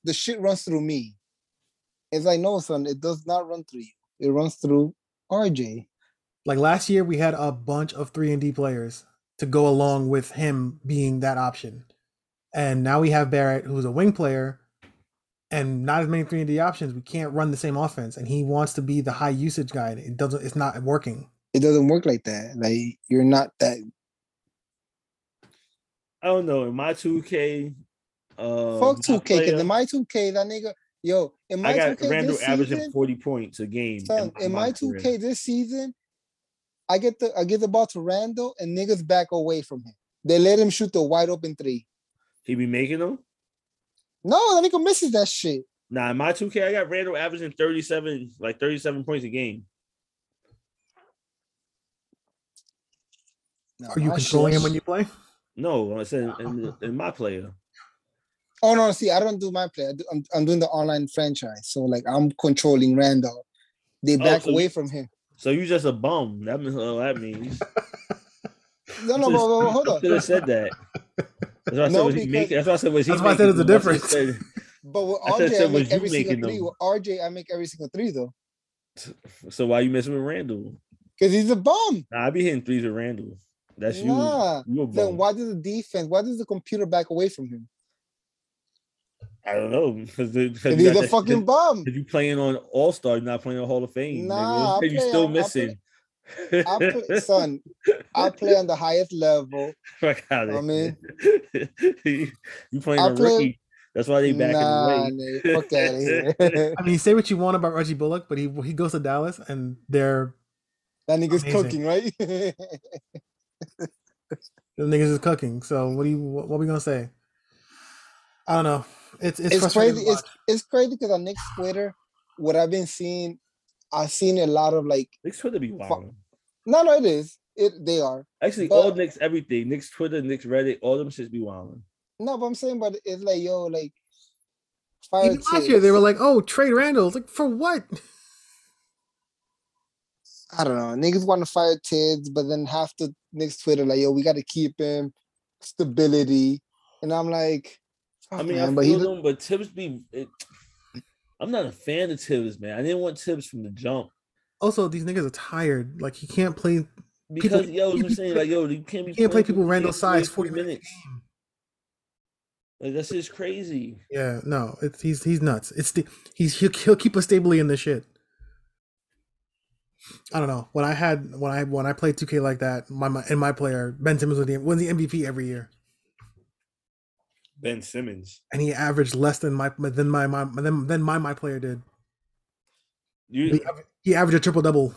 the shit runs through me. It's like, no, son, it does not run through you. It runs through RJ. Like last year, we had a bunch of three and D players to go along with him being that option, and now we have Barrett, who's a wing player, and not as many three and D options. We can't run the same offense, and he wants to be the high usage guy. and It doesn't. It's not working. It doesn't work like that. Like, you're not that. I don't know. In my 2K, uh, Fuck my 2K, because player- in my 2K, that nigga, yo, in my I got 2K Randall this averaging season, 40 points a game. Son, in my two K this season, I get the I get the ball to Randall and niggas back away from him. They let him shoot the wide open three. He be making them? No, that nigga misses that shit. Nah, in my 2K, I got Randall averaging 37, like 37 points a game. No, Are you my shit- controlling him when you play? No, I said in, in my player. Oh no, see, I don't do my play. I do, I'm, I'm doing the online franchise, so like I'm controlling Randall. They back Oh, so away you- from him. So you just a bum. That means all that means. No, no, but, but- but hold on. Should have said that. That's what I said. No, was he because- making? That's what I said. Was he That's why I said making there's a them? That's what I difference. said. But with I RJ, I, said so, make was you every making single three. them? With RJ, I make every single three though, So why you messing with Randall? because he's a bum. Nah, I be hitting threes with Randall. That's Nah, you. You a bum. Then why does the defense? Why does the computer back away from him? I don't know. Because If he's a fucking bum. you playing on All Star, you're not playing on Hall of Fame. Nah, I Nah, you play still on- I play- missing. I play, son, I play on the highest level. Fuck outta I mean- here. you, you playing I a play- rookie. That's why they back nah, in the way. nigga, fuck out of here. I mean, say what you want about Reggie Bullock, but he he goes to Dallas, and they're that nigga's Amazing. cooking, right? the niggas is cooking. So what do you what, what we gonna say? I don't know. It's it's, it's frustrating crazy. to It's it's crazy because on Nick's Twitter, what I've been seeing, I've seen a lot of like, Nick's Twitter be wild. no, no, it is. It they are. Actually, But- all Nick's everything, Nick's Twitter, Nick's Reddit, all them shits be wilding. No, but I'm saying, but it's like, yo, like fire watch. Even last year they chicks. were like, "Oh, trade Randall." It's like for what? I don't know. Niggas want to fire Tids, but then half the Nick's Twitter like, yo, we got to keep him stability, and I'm like, I fuck, mean, man, I but he feel look- them, but Tibbs be. It, I'm not a fan of Tibbs, man. I didn't want Tibbs from the jump Also, these niggas are tired. Like he can't play. because People- yo, I'm saying like yo, you can't be You can't play playing people Randall can't play size forty three minutes. a game. Like that's just crazy. Yeah, no, it's he's he's nuts. It's the, he's he'll, he'll keep us stably in this shit. I don't know. When I had when I when I played 2K like that, my, my and my player Ben Simmons was the wins the MVP every year, Ben Simmons, and he averaged less than my than my, my than, than my my player did. you He, aver- he averaged a triple double.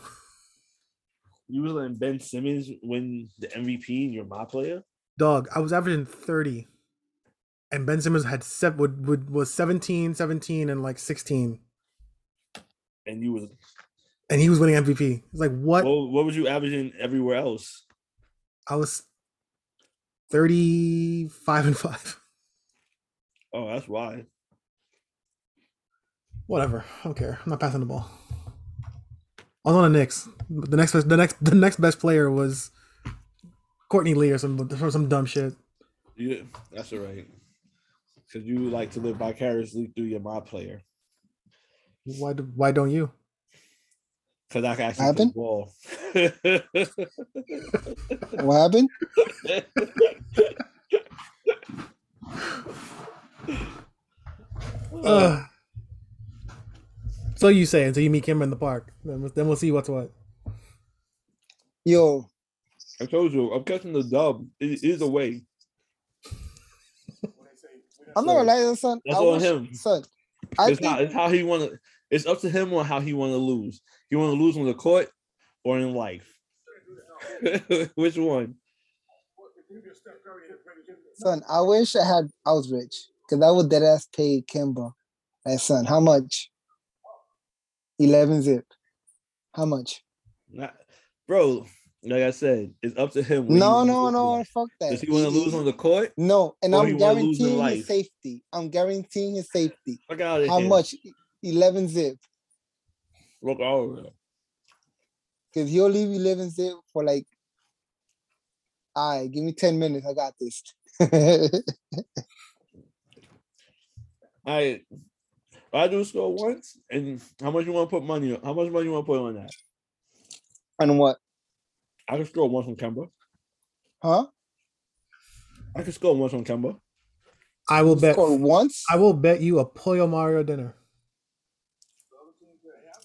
you was letting Ben Simmons win the MVP, and you're my player. Dog, I was averaging 30. And Ben Simmons had seven would, would was 17, 17, and like 16. and you was And he was winning MVP. It's like what? what, what was you averaging everywhere else? I was 35 and 5. Oh, that's why. Whatever. I don't care. I'm not passing the ball. I was on the Knicks. The next best the next the next best player was Courtney Lee or some or some dumb shit. Yeah, that's all right. Because you like to live vicariously through your my player. Why do, why don't you? Because I can actually play Happened? ball. what happened? Ugh. So you say until you meet Kimber in the park. Then we'll- then we'll see what's what. Yo, I told you, I'm catching the dub. It is a way. I'm not gonna lie, son. That's I on wish- him. son. I it's think not. It's how he want to. It's up to him on how he want to lose. You want to lose on the court or in life? Which one? Son, I wish I had I was rich. Cause I would dead ass pay Kimba. Like son, how much? Eleven zip. How much? Not, bro, like I said, it's up to him. what he No, wanna no, do. no, fuck that. Does he want to lose on the court? No, and or he I'm wanna lose in guaranteeing his life? safety. I'm guaranteeing his safety. Fuck out of How here. much? E, Eleven zip. Fuck all of it. Cause he'll leave eleven zip for like. All right, give me ten minutes. I got this. All right. I do score once, and how much you want to put money? on- How much money you want to put on that? and what? I can score one from Kemba. Huh? I can score one from Kemba. I will bet. Score once? I will bet you a Pollo Mario dinner.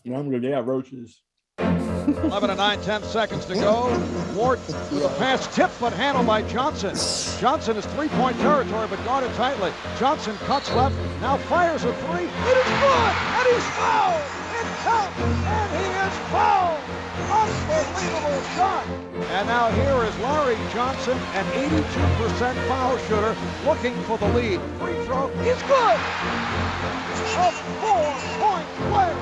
Now I'm good. They got roaches. 11 to 9, 10 seconds to go. Ward with a pass tipped but handled by Johnson. Johnson is three-point territory but guarded tightly. Johnson cuts left, now fires a three. It is good, and he's fouled. It counts, and he is fouled. Unbelievable shot. And now here is Larry Johnson, an 82% foul shooter, looking for the lead. Free throw is good. A four-point play.